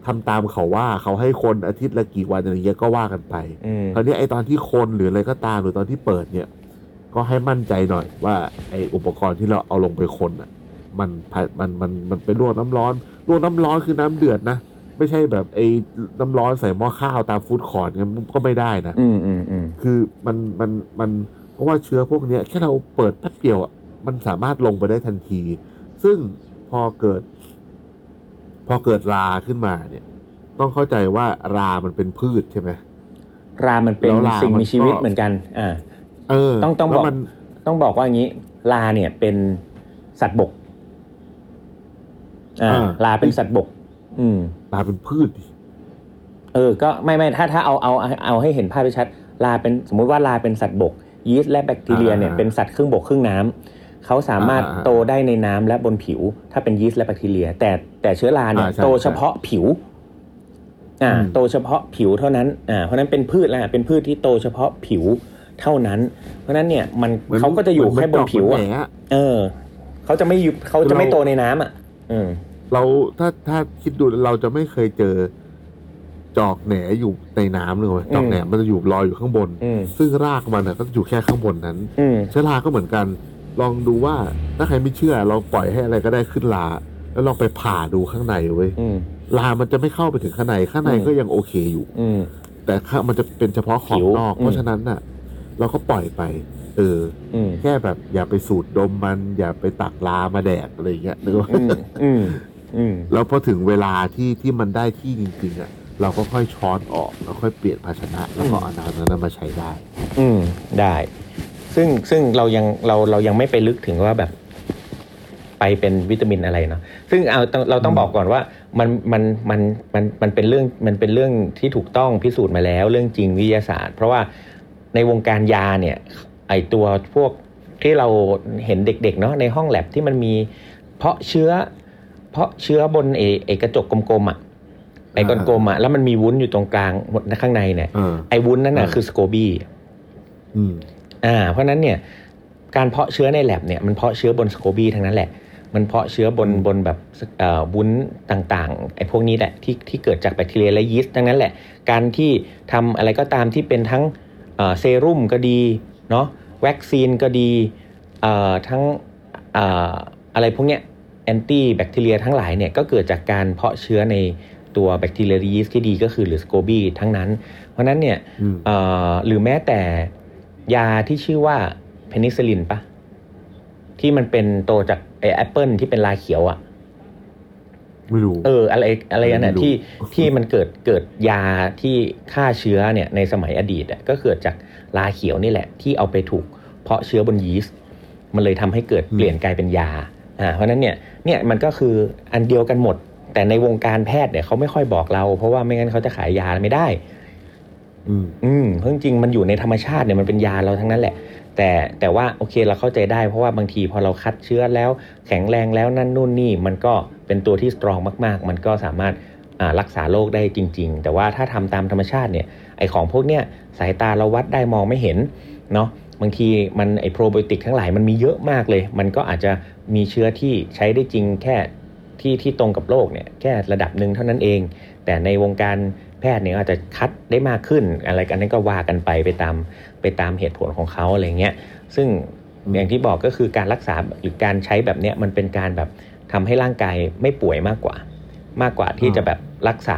S4: ทำตามเขาว่าเขาให้คนอาทิตย์ละกี่วันอะไรเงี้ยก็ว่ากันไป
S3: อืม
S4: คราวเนี้ยไอตอนที่คนหรืออะไรก็ตามหรือตอนที่เปิดเนี่ย ก็ให้มั่นใจหน่อยว่าไออุปกรณ์ที่เราเอาลงไปคนอ่ะ มันผ่านมันมันมันเป็นลวกน้ำร้อนลวกน้ำร้อนคือน้ำเดือดนะไม่ใช่แบบไอ้น้ำร้อนใส่หม้อข้าวตามฟู้ดคอร์ทเนี่ยมันก็ไม่ได้นะ
S3: อืมอืมอืม
S4: คือมันมันมันเพราะว่าเชื้อพวกเนี้ยแค่เราเปิดแป๊บเดียวอ่ะมันสามารถลงไปได้ทันที ซึ่งพอเกิด พอเกิดราขึ้นมาเนี่ย ต้องเข้าใจว่ารามันเป็นพืชใช่ไหม
S3: รามันเป็น
S4: แล้วรา
S3: สิ่ง
S4: มัน
S3: มีชีวิต
S4: ก็
S3: เหมือนกัน อ่า
S4: เออ
S3: ต้องต้อง
S4: แล้ว
S3: บอก
S4: มัน
S3: ต้องบอกว่าอย่างนี้ ราเนี่ยเป็นสัตว์บก อ่า
S4: า
S3: ราเป็นสัตว์บก อืม
S4: ราเป็นพืชดิ
S3: เออ ก็ไม่ไม่ถ้าถ้าเอาเอาเอาให้เห็นภาพให้ชัด ราเป็นสมมุติว่าราเป็นสัตว์บก ยีสต์และแบคทีเรียเนี่ยเป็นสัตว์ครึ่งบกครึ่งน้ำเขาสามารถโตได้ในน้ำและบนผิว ถ้าเป็นยีสต์และแบคทีเรีย แต่แต่เชื้อราเนี่ยโตเฉพาะผิว อ่า โตเฉพาะผิวเท่านั้น อ่า เพราะฉะนั้นเป็นพืชแหละเป็นพืชที่โตเฉพาะผิวเท่านั้น เพราะฉะนั้นเนี่ยมัน
S4: หมืน
S3: เขาก็จะอยู่
S4: เหมื
S3: แค่บ
S4: ด
S3: น
S4: ก
S3: ผิว
S4: เหมื
S3: อ่ะ
S4: แหะ
S3: เออ เขาจะไม่อยู่เขาจะไม่โตในน้ำอ่ะ อืม
S4: เราถ้าถ้าคิดดูเราจะไม่เคยเจอจอกแหนอยู่ในน้ำเลยเว้ยจอกแหนมันจะอยู่ลอยอยู่ข้างบน
S3: อืม
S4: ซึ่งรากมันน่ะก็จะอยู่แค่ข้างบนนั้น
S3: อืม
S4: เชื้อราก็เหมือนกัน ลองดูว่าถ้าใครไม่เชื่อเราปล่อยให้อะไรก็ได้ขึ้นลา แล้วลองไปผ่าดูข้างในเว้ย
S3: อืม
S4: ลามันจะไม่เข้าไปถึงข้างใน ข้างใน
S3: อืม
S4: ก็ยังโอเคอยู่
S3: อืม
S4: แต่ข้ามันจะเป็นเฉพาะขอ
S3: ผิ
S4: บ
S3: วน
S4: อก
S3: อืม
S4: เพราะฉะนั้นน่ะ เราก็ปล่อยไป เออ
S3: อืม
S4: แค่แบบอย่าไปสูดดมมัน อย่าไปตักลามาแดกอะไรอย่างเงี้ยนึกว่า
S3: อืม อืม อืม
S4: แล้วพอถึงเวลาที่ที่มันได้ที่จริงๆอ่ะเราก็ค่อยช้อนออกแล้วค่อยเปลี่ยนภาชนะแล้วก็เอาน้ำนั้นมาใช้ได้
S3: อืมได้ ซึ่งซึ่งเรายังเราเรายังไม่ไปลึกถึงว่าแบบ ไปเป็นวิตามินอะไรเนาะซึ่งเอาต้องเราต้องบอกก่อนว่ามันมันมันมันมันเป็นเรื่องมันเป็นเรื่องที่ถูกต้องพิสูจน์มาแล้ว เรื่องจริงวิทยาศาสตร์ เพราะว่าในวงการยาเนี่ย ไอตัวพวกที่เราเห็นเด็ก ๆ เนาะในห้องแลบที่มันมี เพาะเชื้อ เพาะเชื้อบนเอไอกระจกกลมๆอ่ะไอกลมๆอ่ะแล้วมันมีวุ้นอยู่ตรงกลางหมดข้างในเนี่ย
S4: เออ
S3: ไอวุ้นนั่นน่ะ
S4: อ่า
S3: คือสโกบี
S4: อืม
S3: อ่าเพราะฉะนั้นเนี่ยการเพาะเชื้อในแ a บเนี่ยมันเพาะเชื้อบนสโคบีทั้งนั้นแหละ มันเพาะเชื้อบนบนแบบเอ่อวุ้นต่างๆไอ้พวกนี้แหละที่ที่เกิดจากแบคทีเรียและยีสต์ทั้งนั้นแหละ การที่ทำอะไรก็ตามที่เป็นทั้งเอ่อเซรุ่มก็ดีเนาะวัคซีนก็ดีเอ่อทั้งเอ่ออะไรพวกเนี้ยแอนตี้แบคทีเรียทั้งหลายเนี่ยก็เกิดจากการเพาะเชื้อในตัวแบคทีเรียและยีสต์ที่ดีก็คือหรือสโคบีทั้งนั้น เพราะฉะนั้นเนี่ย
S4: อืม
S3: เอ่อหรือแม้แต่ยาที่ชื่อว่าเพนิซิลินปะ ที่มันเป็นโตจากไอแอปเปิลที่เป็นลายเขียวอ่ะ
S4: ไม่รู้
S3: เอออะไรอะไรอันน่ะ
S4: ไม่รู้
S3: ที่ที่มันเกิดเกิดยาที่ฆ่าเชื้อเนี่ยในสมัยอดีตอะก็เกิดจากลาเขียวนี่แหละ ที่เอาไปถูกเพาะเชื้อบนยีสต์มันเลยทำให้เกิดเปลี่ยนกลายเป็นยาอ่าเพราะฉะนั้นเนี่ยเนี่ยมันก็คืออันเดียวกันหมด แต่ในวงการแพทย์เนี่ยเขาไม่ค่อยบอกเรา เพราะว่าไม่งั้นเขาจะขายยาไม่ได้
S4: อืม
S3: อืมเพราะจริงๆมันอยู่ในธรรมชาติเนี่ยมันเป็นยาเราทั้งนั้นแหละ แต่แต่ว่าโอเคเราเข้าใจได้เพราะว่าบางทีพอเราคัดเชื้อแล้วแข็งแรงแล้วนั่นนู่นนี่มันก็เป็นตัวที่สตรองมาก ๆ มันก็สามารถอ่ารักษาโรคได้จริง ๆ แต่ว่าถ้าทำตามธรรมชาติเนี่ยไอของพวกเนี้ยสายตาเราวัดได้มองไม่เห็นเนาะบางทีมันไอโปรไบโอติกทั้งหลายมันมีเยอะมากเลย มันก็อาจจะมีเชื้อที่ใช้ได้จริงแค่ที่ที่ตรงกับโรคเนี่ยแค่ระดับหนึ่งเท่านั้นเอง แต่ในวงการแพทย์เนี่ยอาจจะคัดได้มากขึ้น อะไรกันนั้นก็ว่ากันไปไปตามไปตามเหตุผลของเขาอะไรเงี้ยซึ่ง
S4: อืม
S3: อย่างที่บอกก็คือการรักษาหรือการใช้แบบเนี้ยมันเป็นการแบบทำให้ร่างกายไม่ป่วยมากกว่า มากกว่าที่จะแบบรักษา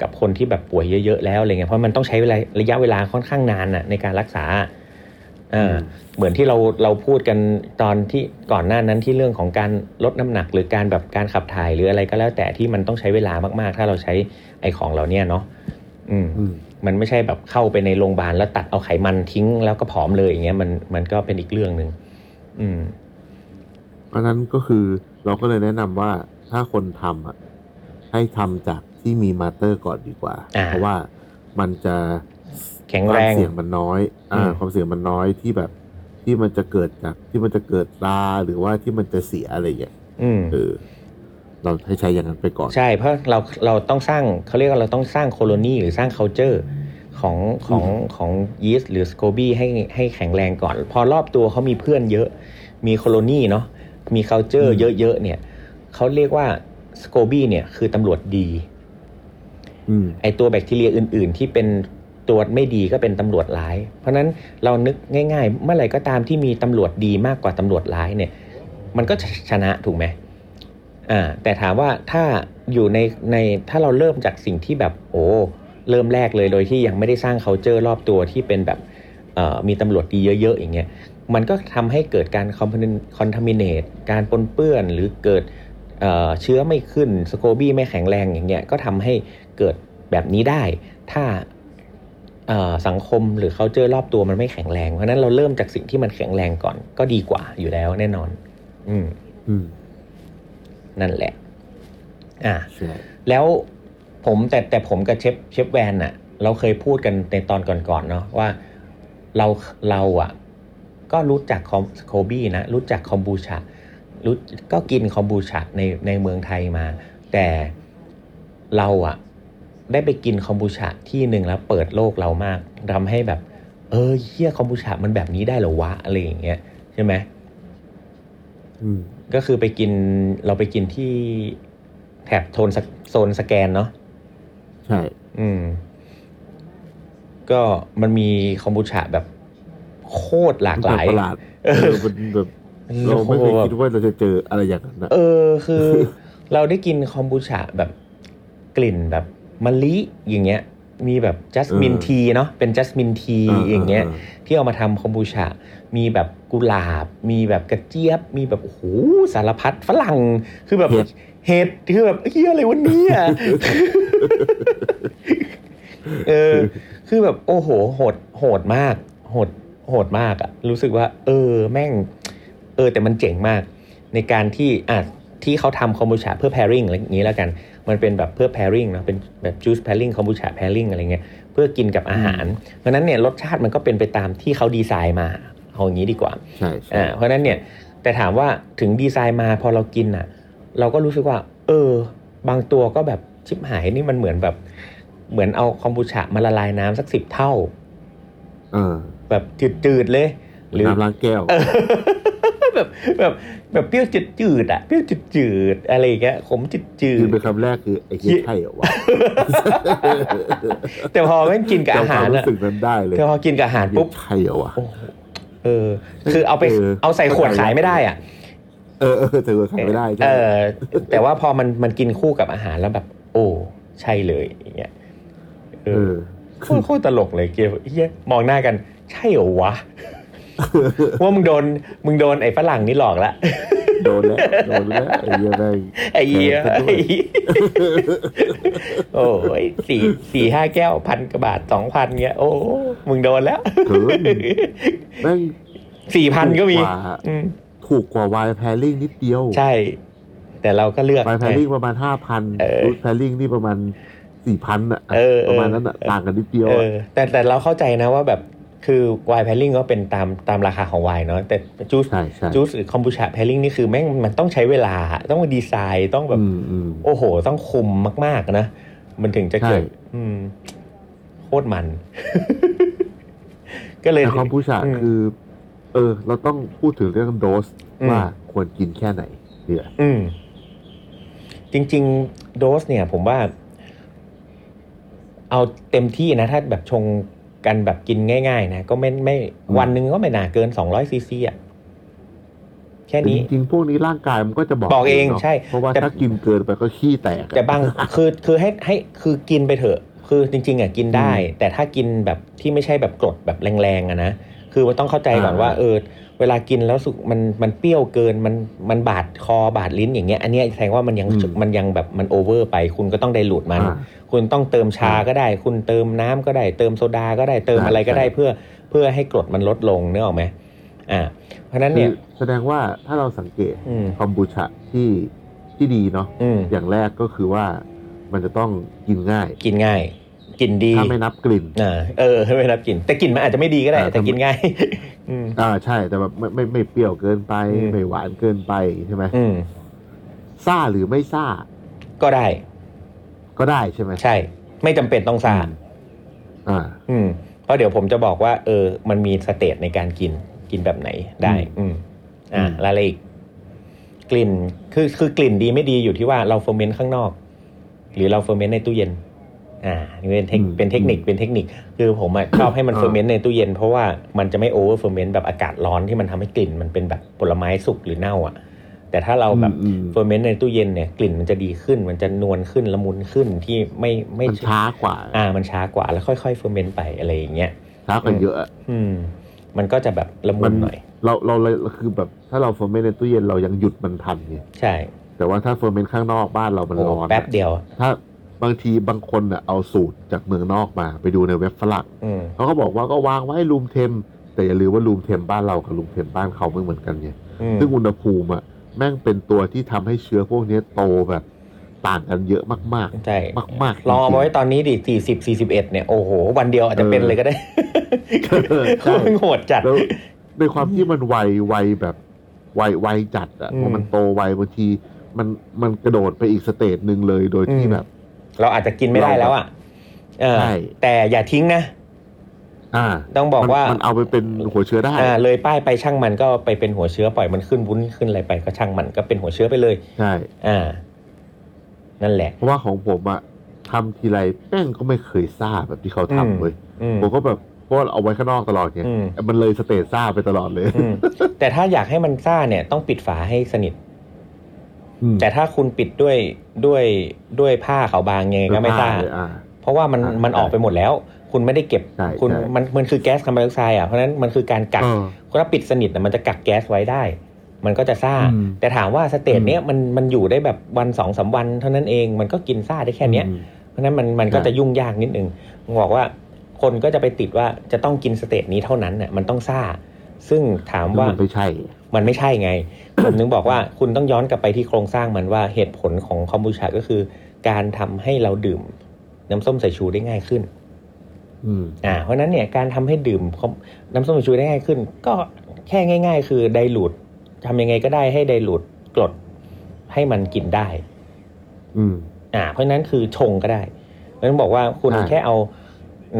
S3: กับคนที่แบบป่วยเยอะๆแล้วอะไรเงี้ยเพราะมันต้องใช้เวลาระยะเวลาค่อนข้างนานน่ะในการรักษาเอออ เหมือนที่เราเราพูดกันตอนที่ก่อนหน้านั้นที่เรื่องของการลดน้ำหนักหรือการแบบการขับถ่ายหรืออะไรก็แล้วแต่ที่มันต้องใช้เวลามากๆ ถ้าเราใช้ไอของเราเนี่ยเนาะอืม
S4: อืม
S3: มันไม่ใช่แบบเข้าไปในโรงพยาบาลแล้วตัดเอาไขมันทิ้งแล้วก็ผอมเลยอย่างเงี้ยมันมันก็เป็นอีกเรื่องหนึ่งอืม
S4: เพราะฉะนั้นก็คือเราก็เลยแนะนำว่าถ้าคนทำอ่ะให้ทำจากที่มีมาเตอร์ก่อนดีกว่า
S3: อ่า
S4: เพราะว่ามันจะ
S3: แข็ง
S4: ค
S3: แร
S4: วาม
S3: ง
S4: เสี่ยงมันน้อยอ่า
S3: อืม
S4: ความเสี่ยงมันน้อยที่แบบที่มันจะเกิดจากที่มันจะเกิดตาหรือว่าที่มันจะเสียอะไรอย่างเงี้ย
S3: อืม
S4: เออเราให้ใช้อย่างนั้นไปก่อน
S3: ใช่เพราะเราเราต้องสร้างเขาเรียกว่าเราต้องสร้างโคโลนีหรือสร้าง c u เจอร์ของของของยีสต์หรือสโคบี้ให้ให้แข็งแรงก่อน พอรอบตัวเขามีเพื่อนเยอะมีโคโลนีเนาะมี c u เจอร์
S4: อืม
S3: เยอะๆเนี่ยเขาเรียกว่าสโคบี้เนี่ยคือตำรวจดี
S4: อืม
S3: ไอตัวแบคทีเรียอื่น ๆ ที่เป็นตัวไม่ดีก็เป็นตำรวจร้าย เพราะฉะนั้นเรานึกง่าย ๆ เมื่อไหร่ก็ตามที่มีตำรวจดีมากกว่าตำรวจร้ายเนี่ย มันก็จะชนะถูกไหมอ่าแต่ถามว่าถ้าอยู่ในในถ้าเราเริ่มจากสิ่งที่แบบโอ้เริ่มแรกเลยโดยที่ยังไม่ได้สร้าง c u เจอร์รอบตัวที่เป็นแบบเอ่อมีตำรวจดีเยอะ ๆ อย่างเงี้ย มันก็ทำให้เกิดการคอมคอนทามิเนตการปนเปื้อนหรือเกิดเอ่อเชื้อไม่ขึ้นสโคบี้ไม่แข็งแรงอย่างเงี้ยก็ทำให้เกิดแบบนี้ได้ ถ้าเอ่อสังคมหรือเขาเจอรอบตัวมันไม่แข็งแรง เพราะฉะนั้นเราเริ่มจากสิ่งที่มันแข็งแรงก่อนก็ดีกว่าอยู่แล้วแน่นอน อืม
S4: อืม
S3: นั่นแหละ อ่า
S4: ใช่
S3: แล้วผมแต่แต่ผมกับเชฟเชฟแวนน่ะ เราเคยพูดกันในตอนก่อนๆเนาะว่าเราเราอ่ะ ก็รู้จักคอมโคบี้นะ รู้จักคอมบูชารู้ก็กินคอมบูชาในในเมืองไทยมา แต่เราอ่ะ ได้ไปกินคอมบูชาที่หนึ่งแล้วเปิดโลกเรามากทำให้แบบ เออเฮียคอมบูชามันแบบนี้ได้เหรอวะอะไรอย่างเงี้ยใช่ไหม
S4: อืม
S3: ก็คือไปกินเราไปกินที่แถบโทนสแกโซนสแกนเนาะ
S4: ใช่
S3: อืม ก็มันมีคอมบูชาแบบโคตรหลากหลาย
S4: มันประหลาด
S3: เออ
S4: เออมันแบบเราไม่เคยคิดว่าเราจะเจออะไรอย่างนั้นนะ
S3: เออคือ *laughs* เราได้กินคอมบูชาแบบกลิ่นแบบมะลิอย่างเงี้ย มีแบบจัสมินทีเนาะเป็นจัสมินทีอย่างเงี้ย ที่เอามาทำคอมบูชา มีแบบกุหลาบ มีแบบกระเจี๊ยบ มีแบบโอ้โหสารพัดฝรั่ง คือแบบเห็ด คือแบบเฮียอะไรวันนี้อ่ะ เออ คือแบบโอ้โห โหด โหดมาก โหด โหดมากอะรู้สึกว่า เออ แม่ง เออ แต่มันเจ๋งมาก ในการที่อ่ะที่เขาทำคอมบูชาเพื่อ pairing อะไรอย่างนี้แล้วกัน มันเป็นแบบเพื่อ pairing เนอะเป็นแบบ juice pairing คอมบูชา pairing อะไรเงี้ย เพื่อกินกับอาหาร เพราะฉะนั้นเนี่ยรสชาติมันก็เป็นไปตามที่เขาดีไซน์มาเอาอย่างนี้ดีกว่า
S4: ใช่ใช่
S3: อ่าเพราะฉะนั้นเนี่ยแต่ถามว่าถึงดีไซน์มาพอเรากินอ่ะ เราก็รู้สึกว่า เออ บางตัวก็แบบชิบหายนี่มันเหมือนแบบ เหมือนเอาคอมบูชามาละลายน้ำสักสิบเท่า
S4: เออ
S3: แบบจืดๆเลย หรือ
S4: น้ำล้างแก้ว *laughs*
S3: แบบแบบแบบเปรี้ยวจืดๆอ่ะเปรี้ยวจืดๆอะไรอย่างเงี้ยขมจื
S4: คือ
S3: ด
S4: เป็นคำแรกคือไอ้เหี้ยใช่เหรอวะ
S3: ๆแต่พอแม่งกินกับอาหาร
S4: เจำความ
S3: อ่ะ
S4: รู้สึกนั้นได้เลย
S3: แต่พอกินกับอาหารปุ๊บ
S4: ไอ้เหี้ยใช่เหรอวะ
S3: โอ้โหเออ คือเอาไป
S4: เออ
S3: เอาใส่ขวดขายไม่ได้อ่ะ
S4: เออเออเธอขายไม่ได้ใช่
S3: เอ
S4: ไหม
S3: อแต่ว่าพอมันมันกินคู่กับอาหารแล้วแบบ โอ้ใช่เลยอย่างเงี้ยเอ
S4: เอ
S3: อ
S4: อ *laughs*
S3: โคตรโคตรตลกเลยเกมเฮียมองหน้ากัน ใช่เหรอวะ ว่ามึงโดนมึงโดนไอ้ฝรั่งนี่หลอก
S4: *laughs*
S3: ละ
S4: โดนแล้วโดนแล้วไอ้เหี้ยได้
S3: ไอ้เหี้ย
S4: แทนซะด้ว
S3: ไอ้เหี้ย *laughs* โอ้ยสี่สี่ห้าแก้วพันกว่าบาทสองพันเงี้ย โอ้มึงโดนแล้ว
S4: เกินแม่ง
S3: สี่พันก็มี
S4: ถูกกว่า
S3: อืม
S4: ถูกกว่าวายแพริงนิดเดียว
S3: ใช่ แต่เราก็เลือก
S4: วายแพริงประมาณห้าพัน
S3: เออ
S4: รูทแพริงนี่ประมาณสี่พันอะ
S3: เออเออ
S4: ประมาณนั้นอะต่างกันนิดเดียว
S3: เอ
S4: อะ
S3: อแต่แต่เราเข้าใจนะว่าแบบคือวายแพลิงก็เป็นตามตามราคาของวายเนาะแต่จูส
S4: ใช่ใช่
S3: จูสหรือคอมบูชาแพลิงนี่คือแม่งมันต้องใช้เวลาต้องดีไซน์ต้องแบบ
S4: อืมอืม
S3: โอ้โห ต้องคุมมากๆนะ มันถึงจะเกิด
S4: ใช่
S3: อืมโคตรมัน *laughs* ก็เลย
S4: แต่ความผู้ชาย
S3: อืม
S4: คือ เออ เราต้องพูดถึงเรื่องโดส
S3: อืม
S4: ว่าควรกินแค่ไหนเดี๋ย
S3: อืม จริง ๆ โดสเนี่ย ผมว่า เอาเต็มที่นะ ถ้าแบบชงกันแบบกินง่าย ๆ นะ ก็ไม่ไม่วันหนึ่งก็ไม่น่าเกินสองร้อยซีซีอ่ะ แค่นี้
S4: จริงๆพวกนี้ร่างกายมันก็จะบอก
S3: บอกเอง
S4: นาะ
S3: ใช่
S4: เพราะว่า
S3: แต่
S4: ถ้ากินเกินไปก็ขี้แตกอะ
S3: แต่
S4: *laughs*
S3: บาง คือคือให้ให้คือกินไปเถอะ คือจริง ๆอ่ะกินได้
S4: อื
S3: แต่ถ้ากินแบบที่ไม่ใช่แบบกรดแบบแรงๆอ่ะนะคือมันต้องเข้าใจก่อน
S4: อ่า
S3: ว่าเออเวลากินแล้วรู้สุกมันมันเปรี้ยวเกินมันมันบาดคอบาดลิ้นอย่างเงี้ยอันเนี้ยแสดงว่ามันยังมันยังแบบมันโอเวอร์ไป คุณก็ต้องไดรูดมัน
S4: อ่า
S3: คุณต้องเติมชาก็ได้ คุณเติมน้ำก็ได้ เติมโซดาก็ได้เติมอะไรก็ได้
S4: ใช่
S3: เพื่อเพื่อให้กรดมันลดลงเนื้อออกไหมอ่าเพราะฉะนั้น
S4: คื
S3: เนี่
S4: อย แสดงว่าถ้าเราสังเกต
S3: อืม
S4: คอมบูชาที่ที่ดีเนาะ
S3: อืม
S4: อย่างแรกก็คือว่ามันจะต้องกินง่าย
S3: กินง่าย กินดี
S4: ถ้าไม่นับกลิ่น
S3: อ่าเออไม่รับกลิ่นแต่กลิ่นมันอาจจะไม่ดีก็ได้
S4: อ่า
S3: แต่กิน
S4: *laughs*
S3: ง่าย อืม
S4: อ่าใช่แต่แบบไม่ไม่ไม่เปรี้ยวเกินไป
S3: อืม
S4: ไม่หวานเกินไปใช่ไหม
S3: อืม
S4: ซ่าหรือไม่ซ่า
S3: ก็ได้
S4: ก็ได้ใช่ไหม
S3: ใช่ ไม่จำเป็นต้องซา
S4: อ่า
S3: อืมเพราะเดี๋ยวผมจะบอกว่า เออ มันมีสเตจในการกินกินแบบไหนได้ อืม อ่า
S4: อืม
S3: แล้วอะไรอีกกลิ่นคือคือกลิ่นดีไม่ดีอยู่ที่ว่าเราเฟอร์เมนต์ข้างนอก หรือเราเฟอร์เมนต์ในตู้เย็น อ่านี่เป็นเทคเป็นเทคนิคเป็นเทคนิค คือผมอะ ชอบให้มันเฟอร์เมนต์ในตู้เย็นเพราะว่ามันจะไม่โอเวอร์เฟอร์เมนต์แบบอากาศร้อนที่มันทำให้กลิ่นมันเป็นแบบผลไม้สุกหรือเน่าอ่ะ แต่ถ้าเราแบบ
S4: อืม
S3: เฟอร์เมนต์ในตู้เย็นเนี่ยกลิ่นมันจะดีขึ้น มันจะนวลขึ้นละมุนขึ้นที่ไม่
S4: อื
S3: ไม่
S4: มมันช้ากว่า
S3: อ่ามันช้ากว่าแล้วค่อยๆเฟอร์เมนต์ไปอะไรอย่างเงี้ย
S4: ช้ากว่าเยอะ
S3: อืม มันก็จะแบบละมุ
S4: มัน น
S3: หน่อย
S4: เราเราเลยคือแบบถ้าเราเฟอร์เมนต์ในตู้เย็นเรายังหยุดมันทันไง
S3: ใช่
S4: แต่ว่าถ้าเฟอร์เมนต์ข้างนอกบ้านเรามัน
S3: โอ้
S4: ร้อน
S3: แป๊บเดียวอะ
S4: ถ้าบางทีบางคนอ่ะเอาสูตรจากเมืองนอกมาไปดูในเว็บฝรั่ง
S3: อืม
S4: เขาก็บอกว่าก็วางไว้รูมเทม แต่อย่าลืมว่ารูมเทมบ้านเรากับรูมเทมบ้านเขาไม่เหมือนกันไง
S3: อืม
S4: ซึ่งอุณหภูมิอ่ะแม่งเป็นตัวที่ทำให้เชื้อพวกเนี้ยโตแบบต่างกันเยอะมาก
S3: ใช่
S4: มากๆ
S3: ลองเอามาไว้
S4: จริงๆ
S3: ตอนนี้ดิสี่สิบสี่สิบเอ็ดเนี่ยโอ้โห วันเดียวอาจจะเป็น
S4: เออ
S3: เลยก็ได้
S4: เออ *laughs* ใช่
S3: มันโหดจัด
S4: ๆ แล้วในความที่มันไวไวแบบไวไวจัดอ่ะ
S3: อืม
S4: พอมันโตไวบางทีมันมันกระโดดไปอีกสเตจหนึ่งเลยโดยที่
S3: อืม
S4: แบบ
S3: เราอาจจะกินไม่ได้แล้วอ่ะเออ
S4: ใช่
S3: แต่อย่าทิ้งนะ
S4: อ่า
S3: ต้องบอก
S4: มัน
S3: ว่าม
S4: นเอาไปเป็นหัวเชื้อได้
S3: อ่าเลยป้ายไปช่างมันก็ไปเป็นหัวเชื้อปล่อยมันขึ้นวุ้นขึ้นอะไรไปก็ช่างมันก็เป็นหัวเชื้อไปเลย
S4: ใช่
S3: อ่า นั่นแหละ
S4: เพราะว่าของผมอ่ะทำทีไรแป้งก็ไม่เคยซ่าแบบที่เขา
S3: อืม
S4: ทำเว้ย
S3: อืม
S4: ผมก็แบบเพราะว่าเอาไว้ข้างนอกตลอดไง
S3: อืม
S4: มันเลยสเตจซ่าไปตลอดเลย
S3: อืมแต่ถ้าอยากให้มันซ่าเนี่ย ต้องปิดฝาให้สนิท
S4: อืม
S3: แต่ถ้าคุณปิดด้วยด้วยด้วยผ้าขาวบางยังไงก็ไม่ซ่า
S4: เลยอ่า
S3: เพราะว่ามัน
S4: อ่า
S3: มันออกไปหมดแล้ว คุณไม่ได้เก็บ
S4: ใช่
S3: คุณ
S4: ใช่
S3: มันมันคือแก๊สคาร์บอนไดออกไซด์อ่ะเพราะฉะนั้นมันคือการกัก
S4: เออ
S3: ถ้าปิดสนิทน่ะมันจะกักแก๊สไว้ได้ มันก็จะซ่า
S4: อืม
S3: แต่ถามว่าสเตจ
S4: อืม
S3: เนี้ยมันมันอยู่ได้แบบวันสองสามวันเท่านั้นเองมันก็กินซ่าได้แค่เนี้ย
S4: อืม
S3: เพราะฉะนั้นมันมันก็
S4: ใช่
S3: จะยุ่งยากนิดนึงบอกว่าคนก็จะไปติดว่าจะต้องกินสเตจนี้เท่านั้นน่ะมันต้องซ่า ซึ่งถามว่า
S4: ซึ่งนไม่ใช่
S3: มันไม่ใช่ไง ผมถึงบอกว่าคุณต้องย้อนกลับไปที่โครงสร้างมันว่าเหตุผลของคอมบูชาก็คือ การทำให้เราดื่มน้ำส้มสายชูได้ง่ายขึ้น
S4: อืม
S3: อ่าเพราะฉะนั้นเนี่ยการทำให้ดื่มของน้ำส้มสายชูได้ง่ายขึ้น ก็แค่ง่าย ๆ คือไดรูดทำยังไงก็ได้ให้ไดรูดกรดให้มันกินได้
S4: อืม
S3: อ่าเพราะฉะนั้นคือชงก็ได้เพราะฉะนั้นบอกว่าคุณ
S4: ใช่
S3: แค่เอา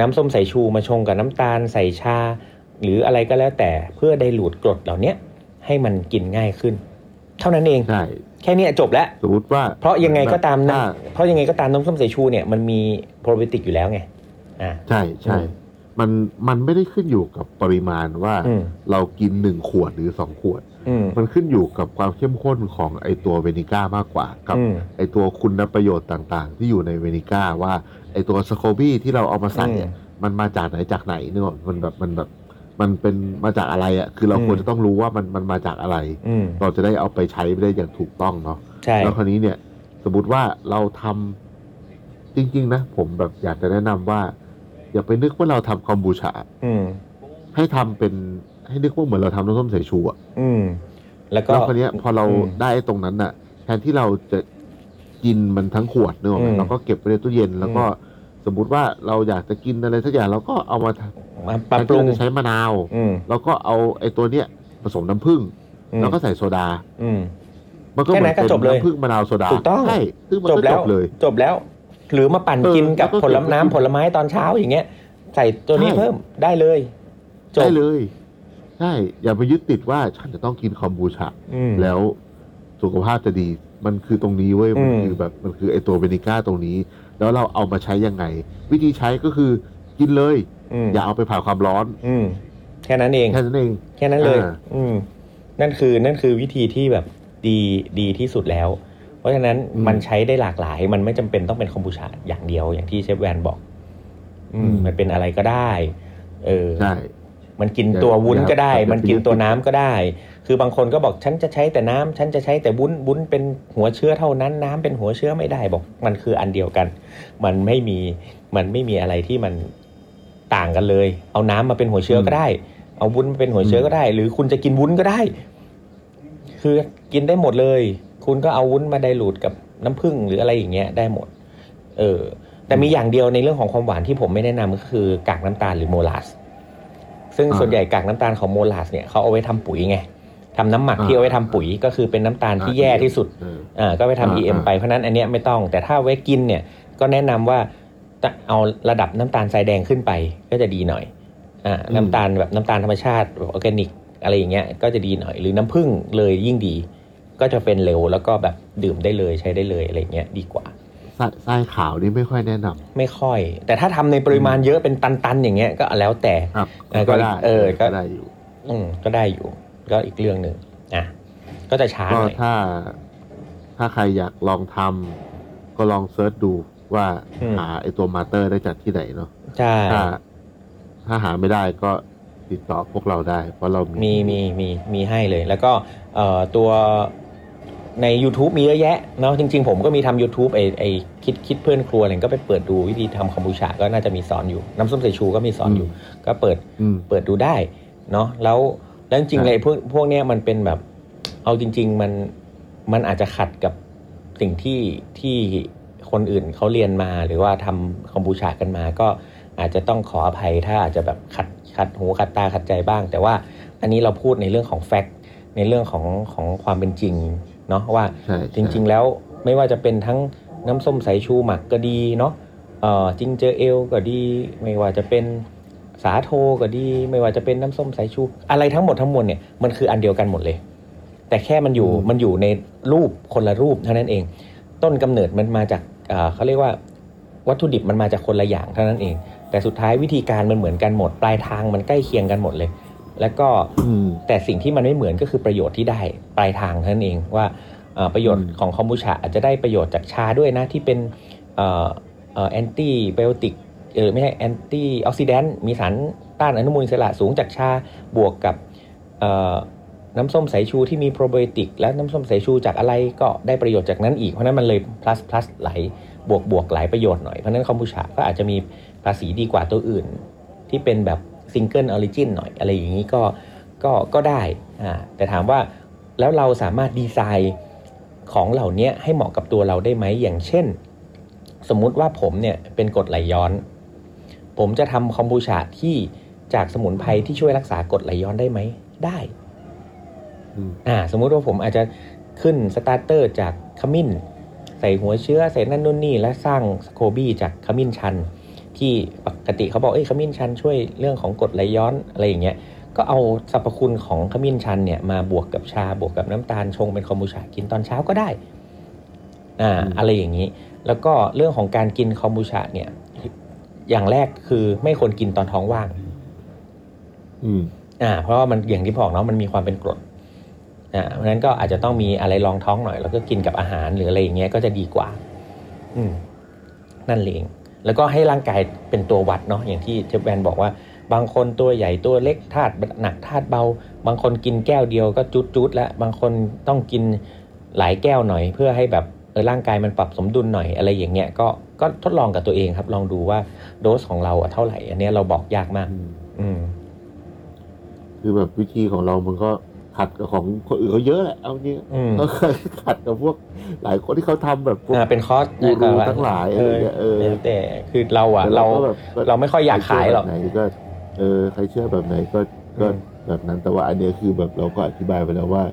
S3: น้ำส้มสายชูมาชงกับน้ำตาลใส่ชา หรืออะไรก็แล้วแต่เพื่อไดรูดกรดเหล่าเนี้ยให้มันกินง่ายขึ้น เท่านั้นเอง
S4: ใช่
S3: แค่เนี้ยจบแล้ว
S4: สมมติว่า
S3: เพราะยังไงก็ตามนะ
S4: ถ้
S3: เพราะยังไงก็ตามน้ำส้มสายชูเนี่ยมันมีโปรไบโอติกอยู่แล้วไงอ่า
S4: ใช่ใช่
S3: อืม
S4: มันมันไม่ได้ขึ้นอยู่กับปริมาณว่า
S3: อืม
S4: เรากินหนึ่งขวดหรือสองขวด
S3: อืม
S4: มันขึ้นอยู่กับความเข้มข้นของไอตัวเวนิก้ามากกว่า กับ
S3: อืม
S4: ไอตัวคุณประโยชน์ต่างๆ ที่อยู่ในเวนิก้าว่าไอตัวสโคบี้ที่เราเอามาใส่อะมันมาจากไหนจากไหนเนกอะมันแบบมันแบบ มันเป็นมาจากอะไรอะ่ะคือเรา
S3: อืม
S4: ควรจะต้องรู้ว่ามันมันมาจากอะไร
S3: อืม
S4: เราจะได้เอาไปใช้ได้อย่างถูกต้องเนาะ
S3: ใช่
S4: แล้วคราวนี้เนี่ย สมมติว่าเราทำจริง ๆ นะ ผมแบบอยากจะแนะนำว่า อย่าไปนึกว่าเราทำคอมบูชา
S3: อืม
S4: ให้ทำเป็นให้นึกว่าเหมือนเราทำน้ำส้มสายชูอะ
S3: อืมแล้วก็
S4: แล้วคนนี้ยพอเรา
S3: อืม
S4: ได้ตรงนั้นน่ะ แทนที่เราจะกินมันทั้งขวดเนกอะ
S3: อืม
S4: เราก็เก็บไว้ในตู้เย็น แล้วก็สมมติว่าเราอยากจะกินอะไรสักอย่างเราก็เอามาทำ
S3: าปรับปรุง
S4: แทนที่เาจะใช้มะนาว
S3: อืม
S4: เราก็เอาไอ้ตัวเนี้ยผสมน้ำผึ้ง
S3: อืม
S4: แล้วก็ใส่โซดา
S3: อืม
S4: มันก็เหมือนเป็
S3: แค่นั้
S4: น
S3: ก็จบเลย
S4: น้ำผึ้งมะนาวโซดา
S3: ถูกต้อง
S4: ใช่ซึ่งมัน
S3: จบ
S4: ก็
S3: แล้
S4: จ
S3: ว
S4: บเลย
S3: จบแล้ว หรือมาปั่น
S4: เออ
S3: กินกับ
S4: แล้วก็
S3: ผล
S4: เก็บไว้
S3: น้ำผลไม้ตอนเช้าอย่างเงี้ย ใส่ตัวนี้
S4: ใช่
S3: เพิ่มได้เลยจบ
S4: ได้เลยใช่อย่าไปยึดติดว่าฉันจะต้องกินคอมบูชา
S3: อืม
S4: แล้วสุขภาพจะดี มันคือตรงนี้เว้ย
S3: อืม
S4: มันคือแบบมันคือไอตัวเวนิก้าตรงนี้ แล้วเราเอามาใช้ยังไง วิธีใช้ก็คือกินเลย
S3: อืม
S4: อย่าเอาไปผ่านความร้อน
S3: อืมแค่นั้นเอง
S4: แค่นั้นเอง
S3: แค่นั้นเลย
S4: อ่า
S3: อืม นั่นคือ นั่นคือวิธีที่แบบดีดีที่สุดแล้ว เพราะฉะนั้นมันใช้ได้หลากหลาย มันไม่จำเป็นต้องเป็นคอมบูชาอย่างเดียวอย่างที่เชฟแวนบอก อืม มันเป็นอะไรก็ได้ เออ
S4: ใช่
S3: มันกินตัววุ้นก็ได้
S4: อย่าอย่า
S3: มันกินตัวน้ำก็ได้ คือบางคนก็บอกฉันจะใช้แต่น้ำฉันจะใช้แต่วุ้นวุ้นเป็นหัวเชื้อเท่านั้น น้ำเป็นหัวเชื้อไม่ได้บอก มันคืออันเดียวกัน มันไม่มีมันไม่มีอะไรที่มันต่างกันเลย เอาน้ำมาเป็นหัวเชื้อก็ได้ เอาวุ้นมาเป็นหัวเชื้อก็ได้ หรือคุณจะกินวุ้นก็ได้ คือกินได้หมดเลย คุณก็เอาวุ้นมาไดรูดกับน้ำผึ้งหรืออะไรอย่างเงี้ยได้หมด เออ แต่มีอย่างเดียวในเรื่องของความหวานที่ผมไม่แนะนำก็คือกากน้ำตาลหรือโมลาส ซึ่ง
S4: อ่า
S3: ส่วนใหญ่กากน้ำตาลของโมลาสเนี่ยเขาเอาไว้ทำปุ๋ยไงทำน้ำหมัก
S4: อ่า
S3: ที่เอาไว้ทำปุ๋ยก็คือเป็นน้ำตาลที่แย่ที่สุด
S4: เออ
S3: อ่าก็ไปทำ
S4: อ่า
S3: EM
S4: อ่า
S3: ไปเพราะฉะนั้นอันเนี้ยไม่ต้อง แต่ถ้าไว้กินเนี่ยก็แนะนำว่าจะเอาระดับน้ำตาลทรายแดงขึ้นไปก็จะดีหน่อยอ่า
S4: อืม
S3: น้ำตาลแบบน้ำตาลธรรมชาติแบบออร์แกนิก อะไรอย่างเงี้ยก็จะดีหน่อย หรือน้ำผึ้งเลยยิ่งดี ก็จะเป็นเร็วแล้วก็แบบดื่มได้เลยใช้ได้เลยอะไรอย่างเงี้ยดีกว่า
S4: ทรายทรายขาวนี่ไม่ค่อยแนะนำ
S3: ไม่ค่อย แต่ถ้าทำในปริมาณเยอะเป็นตันๆ อย่างเงี้ยก็แล้วแต่
S4: ครับ
S3: เออก็
S4: ก็ได้
S3: เออก็
S4: ก็ได้อยู่
S3: อืมก็ได้อยู่ ก็อีกเรื่องหนึ่งอ่ะก็จะช้า
S4: ก็
S3: หน่อย
S4: ถ้าถ้าใครอยากลองทำก็ลองเซิร์ชดูว่าหาไอตัวมาเตอร์ได้จากที่ไหนเนาะ
S3: ใช่
S4: ถ้าถ้าหาไม่ได้ก็ติดต่อพวกเราได้ เพราะเรามี
S3: มีมีมีมีให้เลย แล้วก็เอ่อตัวใน YouTube มีเยอะแยะเนาะจริง ๆ ผมก็มีทำ YouTube ไอไอคิดคิดเพื่อนครัวอะไรก็ไปเปิดดูวิธีทำคอมบูชาก็น่าจะมีสอนอยู่ น้ำส้มสายชูก็มีสอนอยู่ ก็เปิด
S4: อืม
S3: เปิดดูได้เนาะแล้วแล้วจริงๆ
S4: ใช่
S3: เลยพวกพวกเนี้ยมันเป็นแบบ เอาจริง ๆ มันมันอาจจะขัดกับสิ่งที่ที่คนอื่นเขาเรียนมาหรือว่าทำคอมบูชากันมา ก็อาจจะต้องขออภัยถ้าอาจจะแบบขัดขัดหูขัดตาขัดใจบ้าง แต่ว่าอันนี้เราพูดในเรื่องของแฟกต์ในเรื่องของของความเป็นจริงเนาะว่า
S4: ใช่ใช่
S3: จริงๆแล้วไม่ว่าจะเป็นทั้งน้ำส้มสายชูหมักก็ดีเนาะเอ่อจิงเจอเอลก็ดี ไม่ว่าจะเป็นสาโทก็ดี ไม่ว่าจะเป็นน้ำส้มสายชู อะไรทั้งหมดทั้งมวลเนี่ยมันคืออันเดียวกันหมดเลย แต่แค่มันอยู่
S4: อืม
S3: มันอยู่ในรูปคนละรูปเท่านั้นเอง ต้นกำเนิดมันมาจากเอ่อเขาเรียกว่าวัตถุดิบมันมาจากคนละอย่างเท่านั้นเอง แต่สุดท้ายวิธีการมันเหมือนกันหมด ปลายทางมันใกล้เคียงกันหมดเลย แล้วก็
S4: อืม
S3: แต่สิ่งที่มันไม่เหมือนก็คือประโยชน์ที่ได้ปลายทางเท่านั้นเองว่าเอ่อประโยชน์
S4: อืม
S3: ของคอมบูชาอาจจะได้ประโยชน์จากชาด้วยนะที่เป็นแอนตี้ไบโอติกเออไม่ใช่แอนตี้ออกซิแดนต์มีสารต้านอนุมูลอิสระสูงจากชาบวกกับเอ่อน้ำส้มสายชูที่มีโปรไบโอติก และน้ำส้มสายชูจากอะไรก็ได้ประโยชน์จากนั้นอีก เพราะฉะนั้นมันเลย plus plus ไหลบวกบวกหลายประโยชน์หน่อยเพราะฉะนั้นคอมบูชาก็อาจจะมีภาษีดีกว่าตัวอื่น ที่เป็นแบบซิงเกิลออริจินหน่อยอะไรอย่างนี้ก็ก็ก็ได้อ่าแต่ถามว่าแล้วเราสามารถดีไซน์ของเหล่านี้ให้เหมาะกับตัวเราได้ไหมอย่างเช่น สมมุติว่าผมเนี่ยเป็นกรดไหลย้อน ผมจะทำคอมบูชาที่จากสมุนไพรที่ช่วยรักษากรดไหลย้อนได้ไหมได้
S4: อืม
S3: อ่าสมมุติว่าผมอาจจะขึ้นสตาร์เตอร์จากขมิ้น ใส่หัวเชื้อใส่นั่นนู่นนี่ และสร้างสโคบี้จากขมิ้นชัน ที่ปกติเขาบอกเอ้ยขมิ้นชันช่วยเรื่องของกรดไหลย้อนอะไรอย่างเงี้ยก็เอาสรรพคุณของขมิ้นชันเนี่ยมาบวกกับชาบวกกับน้ำตาลชงเป็นคอมบูชากินตอนเช้าก็ได้อ่า
S4: อืม
S3: อะไรอย่างนี้ แล้วก็เรื่องของการกินคอมบูชาเนี่ยอย่างแรกคือไม่ควรกินตอนท้องว่าง
S4: อืม
S3: อ่าเพราะว่ามันอย่างที่บอกเนาะมันมีความเป็นกรดอ่าเพราะฉะนั้นก็อาจจะต้องมีอะไรรองท้องหน่อย แล้วก็กินกับอาหารหรืออะไรอย่างเงี้ยก็จะดีกว่า อืมนั่นเอง แล้วก็ให้ร่างกายเป็นตัววัดเนาะอย่างที่เชฟแวนบอกว่า บางคนตัวใหญ่ตัวเล็กธาตุหนักธาตุเบา บางคนกินแก้วเดียวก็จุดจุดๆแล้วบางคนต้องกินหลายแก้วหน่อย เพื่อให้แบบเออร่างกายมันปรับสมดุลหน่อยอะไรอย่างเงี้ยก็ก็ทดลองกับตัวเองครับ ลองดูว่าโดสของเราอะเท่าไหร่ อันเนี้ยเราบอกยากมาก
S4: อืม
S3: อืม
S4: คือแบบวิธีของเรามันก็ขัดกับของคนอื่นเขาเยอะแหละเอาเนี้ย
S3: อืม
S4: ก็เคยขัดกับพวกหลายคนที่เขาทำแบบพวก
S3: อ่าเป็นคอร์ส
S4: กูรูทั้งหลายอะไรเงี้ยเออ
S3: แล้วแต่คือเราอะ
S4: แต่
S3: เรา
S4: ก็แบบก็
S3: เราไม่ค่อยอยากขายหรอก
S4: ใคเชื่แบบไหนก็เออใครเชื่อแบบไหนก็ก็
S3: อืม
S4: แบบนั้นแต่ว่าอันเนี้ยคือแบบเราก็อธิบายไปแล้วว่า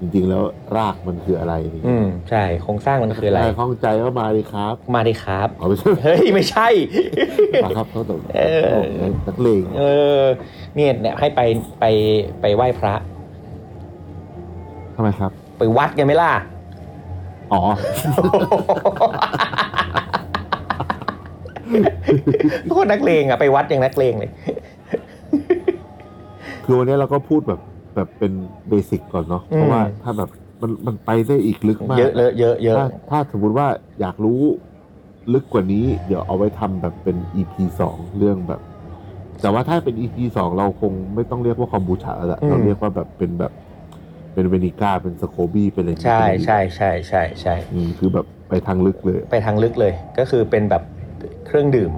S4: จริง ๆ แล้วรากมันคืออะไรนี่
S3: อืมใช่โครงสร้างมันคืออะไร
S4: ใรข้องใจก็มาเลยครับ
S3: มาดิครับ
S4: เอาไปใช่
S3: เฮ้ย ไม่
S4: *laughs*
S3: ใช่
S4: มาครับเขาตก
S3: เออ
S4: นักเลง
S3: เออ เนี่ยเนี่ยให้ไปไปไปไหว้พระ
S4: ทำไมครับ
S3: ไปวัดกันไหมล่ะ
S4: อ๋อ
S3: โคตรนักเลงอ่ะ ไปวัดยังนักเลงเลย
S4: คือวันนี้เราก็พูดแบบแบบเป็นเบสิกก่อนเนาะ
S3: อืม
S4: เพราะว่าถ้าแบบมันมันไปได้อีกลึกมาก
S3: เยอะเลยเยอะเยอะ
S4: ถ้าถ้าสมมติว่าอยากรู้ลึกกว่านี้ เดี๋ยวเอาไว้ทำแบบเป็น EP สองเรื่องแบบ แต่ว่าถ้าเป็น EP สองเราคงไม่ต้องเรียกว่าคอมบูชาแล้วละ
S3: อืม
S4: เราเรียกว่าแบบเป็นแบบเป็นเวนิก้าเป็นสโคบี้เป็นอะไรอย่างเงี้ย
S3: ใช่ใช่ใช่ใช่ใช่
S4: อืมคือแบบไปทางลึกเลย
S3: ไปทางลึกเลย ก็คือเป็นแบบเครื่องดื่ม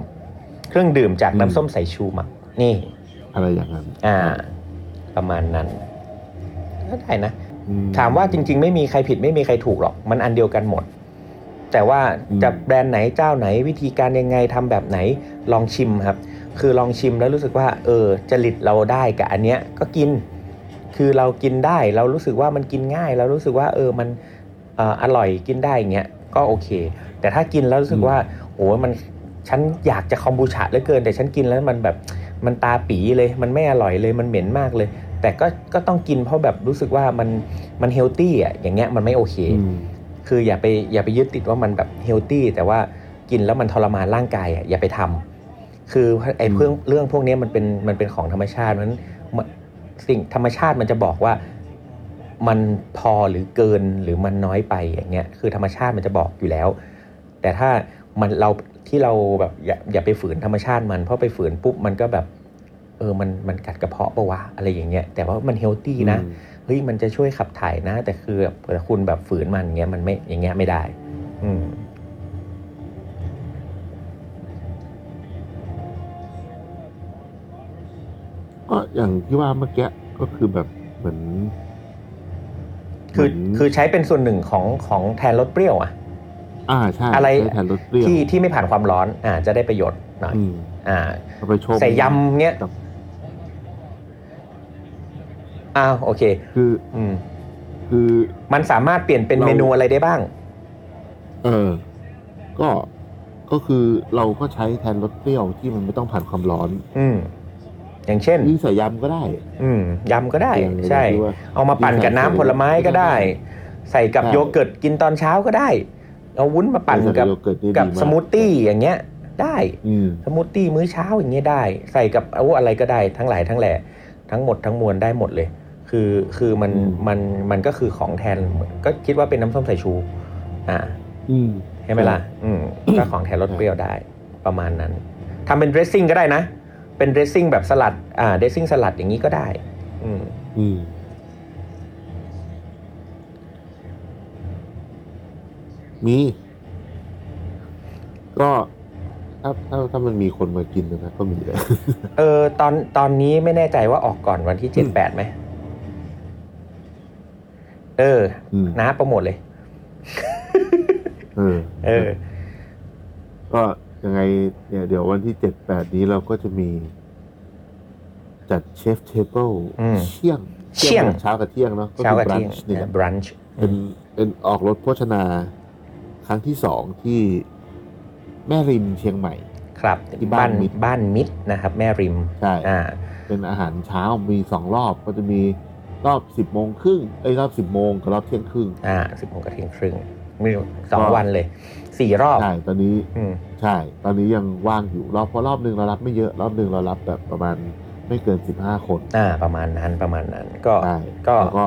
S3: เครื่องดื่มจาก
S4: อืม
S3: น้ำส้มสายชูหมักนี่
S4: อะไรอย่างนั้น
S3: อ่า ประมาณนั้นก็ได้นะ
S4: อื
S3: ถามว่าจริง ๆ ไม่มีใครผิดไม่มีใครถูกหรอก มันอันเดียวกันหมด แต่ว่า
S4: อืม
S3: จะแบรนด์ไหนเจ้าไหนวิธีการยังไงทำแบบไหนลองชิมครับ คือลองชิมแล้วรู้สึกว่า เออจริตเราได้กับอันเนี้ยก็กิน คือเรากินได้เรารู้สึกว่ามันกินง่าย เรารู้สึกว่า เออมันเอ่ออร่อยกินได้อย่างเงี้ยก็โอเค แต่ถ้ากินแล้วรู้สึกว่าโอ้ยมันฉันอยากจะคอมบูชาเหลือเกิน แต่ฉันกินแล้วมันแบบมันตาปีเลย มันไม่อร่อยเลยมันเหม็นมากเลย แต่ก็ก็ต้องกินเพราะแบบรู้สึกว่ามันมันเฮลตี้อ่ะอย่างเงี้ยมันไม่โอเค
S4: อืม
S3: คืออย่าไปอย่าไปยึดติดว่ามันแบบเฮลตี้แต่ว่ากินแล้วมันทรมานร่างกายอ่ะอย่าไปทำคือไอ้
S4: อืม
S3: เรื่องเรื่องพวกเนี้ยมันเป็นมันเป็นของธรรมชาติเพราะฉะนั้นมันสิ่งธรรมชาติมันจะบอกว่ามันพอหรือเกินหรือมันน้อยไปอย่างเงี้ยคือธรรมชาติมันจะบอกอยู่แล้ว แต่ถ้ามันเราที่เราแบบอย่าอย่าไปฝืนธรรมชาติมันเพราะไปฝืนปุ๊บมันก็แบบ เออมันมันกัดกระเพาะปะวะอะไรอย่างเงี้ยแต่ว่ามันเฮลตี้นะ
S4: อืม
S3: เฮ้ยมันจะช่วยขับถ่ายนะ แต่คือแบบแต่คุณแบบฝืนมันอย่างเงี้ยมันไม่อย่างเงี้ยไม่ได้ อืม
S4: ก็อย่างที่ว่าเมื่อกี้ก็คือแบบเหมือน
S3: คือ
S4: เหมืน
S3: คือใช้เป็นส่วนหนึ่งของของแทนรสเปรี้ยวอะ
S4: อ่าใช่
S3: อะไร
S4: ใช้แทนรสเปรี้ยว
S3: ที่ที่ไม่ผ่านความร้อนอ่าจะได้ประโยชน์หน่อย
S4: อืม
S3: อ่า
S4: เอาไปชม
S3: ใส่ยำเงี้ย
S4: กับ
S3: อ้าวโอเค
S4: คือ
S3: อืม
S4: คือ
S3: มันสามารถเปลี่ยนเป็น
S4: เรา
S3: เมนูอะไรได้บ้าง
S4: เออก็ก็คือเราก็ใช้แทนรสเปรี้ยวที่มันไม่ต้องผ่านความร้อน
S3: อืม อย่างเช่น
S4: ยิ่งใส่ยำก็ได้
S3: อืมยำก็ได้
S4: อย่างเดียว
S3: ใช่
S4: ที่ว่า
S3: เอามาปั่นกับน้ำผลไม้ก็ได้ ใส่กับ
S4: ใช่
S3: โยเกิร์ตกินตอนเช้าก็ได้ เอาวุ้นมาปั่น
S4: ใส่
S3: กับ
S4: โยเกิร์ตนี่
S3: กับ
S4: ดีาก
S3: สมูทตี้อย่างเงี้ยได้
S4: อืม
S3: สมูทตี้มื้อเช้าอย่างเงี้ยได้ ใส่กับเอาอะไรก็ได้ทั้งหลายทั้งแหล่ทั้งหมดทั้งมวลได้หมดเลย คือคือมันมันมันก็คือของแทนก็คิดว่าเป็นน้ำส้มสายชู อ่า
S4: อืม
S3: ใช่ไหมล่ะ อืมก็ของแทนรส
S4: ใช่
S3: เปรี้ยวได้ประมาณนั้นทำเป็น dressing ก็ได้นะ เป็น dressing แบบสลัดอ่า dressing สลัดอย่างนี้ก็ได้ อืม
S4: อืมมี ก็ถ้าถ้าถ้ามันมีคนมากินนะก็มีแหละ
S3: เออตอนตอนนี้ไม่แน่ใจว่าออกก่อนวันที่เจ็ดแปดไหมเออ
S4: อืม
S3: นะโปรโมทเลย
S4: เออ
S3: เออ
S4: ก็ยังไงเนี่ยเดี๋ยววันที่เจ็ดแปดนี้เราก็จะมี จัดเชฟเทเบิล
S3: อืม
S4: เที่ยง
S3: เที่ยง
S4: เช้ากับเที่ยงเนาะ
S3: เช้ากับ
S4: คือ
S3: เที่ยง
S4: brunch นี่แหละ
S3: บรันช์
S4: เป็นเป็นออกรถโภชนาครั้งที่สองที่แม่ริมเชียงใหม่
S3: ครับ
S4: ที่บ้านมิตร
S3: บ้านมิตรนะครับ แม่ริม
S4: ใช่
S3: อ่า
S4: เป็นอาหารเช้ามีสองรอบก็จะมีรอบสิบโมงครึ่งไอ้ยรอบสิบโมงกับรอบเที่ยงครึ่ง
S3: อ่าสิบโมงกับเที่ยงครึ่งมีสอง
S4: ก็
S3: วันเลยสี่รอบ
S4: ใช่ตอนนี้
S3: อืม
S4: ใช่ ตอนนี้ยังว่างอยู่รอบเพราะรอบหนึ่งเรารับไม่เยอะรอบหนึ่งเรารับแบบประมาณไม่เกินสิบห้าคน
S3: อ่า ประมาณนั้นประมาณนั้นก็
S4: ใช่
S3: ก็
S4: แล้วก็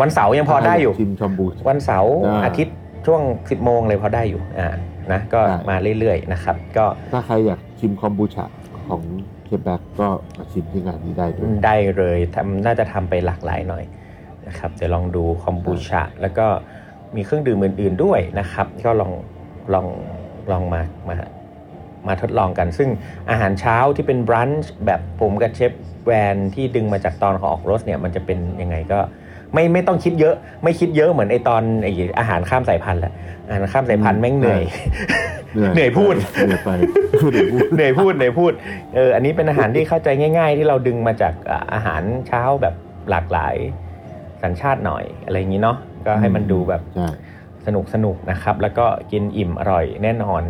S3: วันเสาร์ยังพอได้อยู่
S4: ชิมชมบู
S3: วันเสาร์
S4: อ่า
S3: อาทิตย์ช่วงสิบโมงเลยพอได้อยู่อ่านะก็
S4: ได้
S3: มาเรื่อยๆนะครับ ก็
S4: ถ้าใครอยากชิมคอมบูชาของ ปแบ็กก็มาชิมที่งานนี้ได้ด้วย
S3: ได้เลยทำน่าจะทำไปหลากหลายหน่อยนะครับเดี๋ยวลองดูคอมบูชาแล้วก็มีเครื่องดื่มอื่นๆด้วยนะครับ ก็ลองลองลองมามามาทดลองกัน ซึ่งอาหารเช้าที่เป็นบรันช์แบบผมกับเชฟแวนที่ดึงมาจากตอนของออกรสเนี่ยมันจะเป็นยังไงก็ไม่ไม่ต้องคิดเยอะไม่คิดเยอะเหมือนไอตอนไออาหารข้ามสายพันธุ์แหละอาหารข้ามสายพันธุ์แม่งเหนื่อย เหนื่อยพูด
S4: เหนื่อยไป *laughs* เหนื่อยพูด
S3: เหนื่อยพูดเหนื่อยพูดเอออันนี้เป็นอาหารที่เข้าใจง่าย ๆ ที่เราดึงมาจากอ่าอาหารเช้าแบบหลากหลายสัญชาติหน่อยอะไรอย่างนี้เนาะก็ให้มันดูแบบ
S4: ใช่
S3: สนุกสนุกนะครับ แล้วก็กินอิ่มอร่อยแน่นอน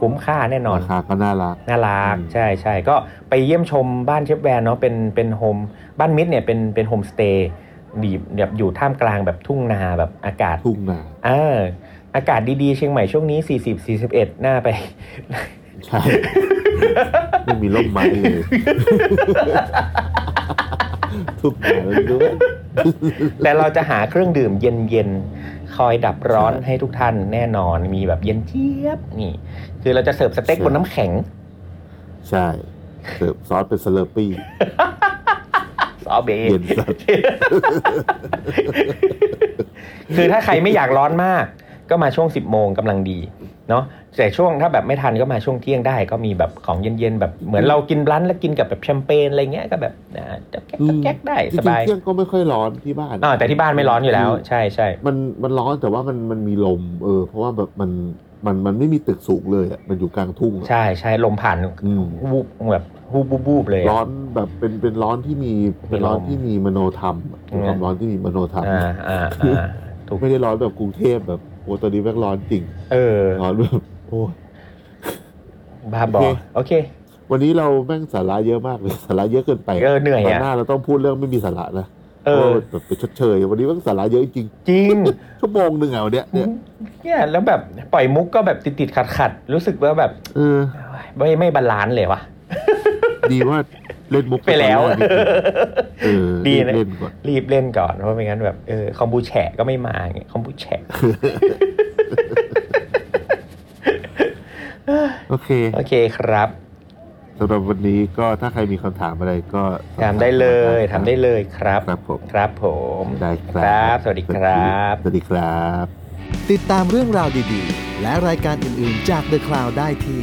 S3: คุ้มค่าแน่นอน
S4: ราคาก็น่ารัก
S3: น่ารัก
S4: อืม
S3: ใช่ใช่ก็ไปเยี่ยมชมบ้านเชฟแวนเนาะเป็นเป็นโฮมบ้านมิดเนี่ยเป็นเป็นโฮมสเตย์ดีแบบอยู่ท่ามกลางแบบทุ่งนาแบบอากาศ
S4: ทุ่งนา
S3: เอออากาศดีๆ เชียงใหม่ช่วงนี้ 40 41 หน้าไป
S4: ใช่ ไม่มีร่มไม้เลย ทุ่งนาเลยด้วย
S3: แต่เราจะหาเครื่องดื่มเย็นๆ คอยดับร้อนให้ทุกท่านแน่นอนมีแบบเย็นเจี๊ยบนี่ คือเราจะเสิร์ฟสเต็กบนน้ำแข็ง
S4: ใช่เสิร์ฟซอสเป็นสเลอร์ปี้
S3: ซอเบ
S4: เย็นสัส
S3: *laughs* คือถ้าใครไม่อยากร้อนมาก ก็มาช่วง 10 โมงกำลังดี เนาะแต่ช่วงถ้าแบบไม่ทันก็มาช่วงเที่ยงได้ ก็มีแบบของเย็นๆ แบบเหมือนเรากินร้านแล้วกินกับแบบแชมเปญอะไรเงี้ยก็แบบอ่าจ๊อกแก๊กจ๊อกแก๊กได้
S4: จริ
S3: ส
S4: งๆ
S3: บาย
S4: เที่ยงก็ไม่ค่อยร้อนที่บ้าน
S3: อ่าแต่ที่บ้านไม่ร้อนอยู่แล้ว ใช่ใช่
S4: มันมันร้อนแต่ว่ามันมันมีลม เออ เพราะว่าแบบมันมันมันไม่มีตึกสูงเลยอ่ะมันอยู่กลางทุ่งอะ
S3: ใช่ใช่ลมผ่าน
S4: อืม
S3: วูบแบบวูบวูบๆเลยอะ
S4: ร้อนแบบเป็นเป็นร้อนที่มีเป็นร้อนที่มีมโนธรรมอะเป็นความร้อนที่มีมโนธรรม
S3: อ่าอ่าอ่าถูก
S4: ไม่ได้ร้อนแบบกรุงเทพแบบโอ้ตอนนี้แม่งร้อนจริง
S3: เออ
S4: ร้อนแบบโอ้ย
S3: บ้าบอ
S4: โอเค
S3: โอเค
S4: วันนี้เราแม่งสาระเยอะมากเลยสาระเยอะเกินไป
S3: เออเหนื่อย
S4: ตอ
S3: อ่ะ
S4: นหน้าเราต้องพูดเรื่องไม่มีสาระนะ
S3: เอ
S4: พราะ
S3: อ
S4: ว่าแบบไปชดเชย วันนี้แม่งสาระเยอะจริง
S3: จริง
S4: ชั่วโมงหนึ่งอ่ะวันเนี้ยเนี่ย
S3: เนี่ยแล้วแบบปล่อยมุกก็แบบติดติดขัดขัดๆรู้สึกว่าแบบ
S4: เออ
S3: ไม่ไม่บาลานซ์เลยวะ
S4: ดีว่าเล่นมุก
S3: ไปแล้ว
S4: ตอนแรกนี่เออ
S3: ดี
S4: รีบ
S3: นะ
S4: เล่นก่อน
S3: รีบเล่นก่อนเพราะไม่งั้นแบบเออคอมบูแฉะก็ไม่มาอย่างเงี้ยคอมบู
S4: *laughs*
S3: แฉะ
S4: โอเค
S3: โอเคครับ
S4: สำหรับวันนี้ก็ถ้าใครมีคำถามอะไรก็
S3: ถามได้เลยถามได้เลยครับ
S4: ครับผม
S3: ครับผม
S4: ได้ครั
S3: ครับ บ สวัสดีครับ
S4: สวัสดีครับ
S1: ติดตามเรื่องราวดีๆ และรายการอื่นๆจาก The Cloud ได้ที่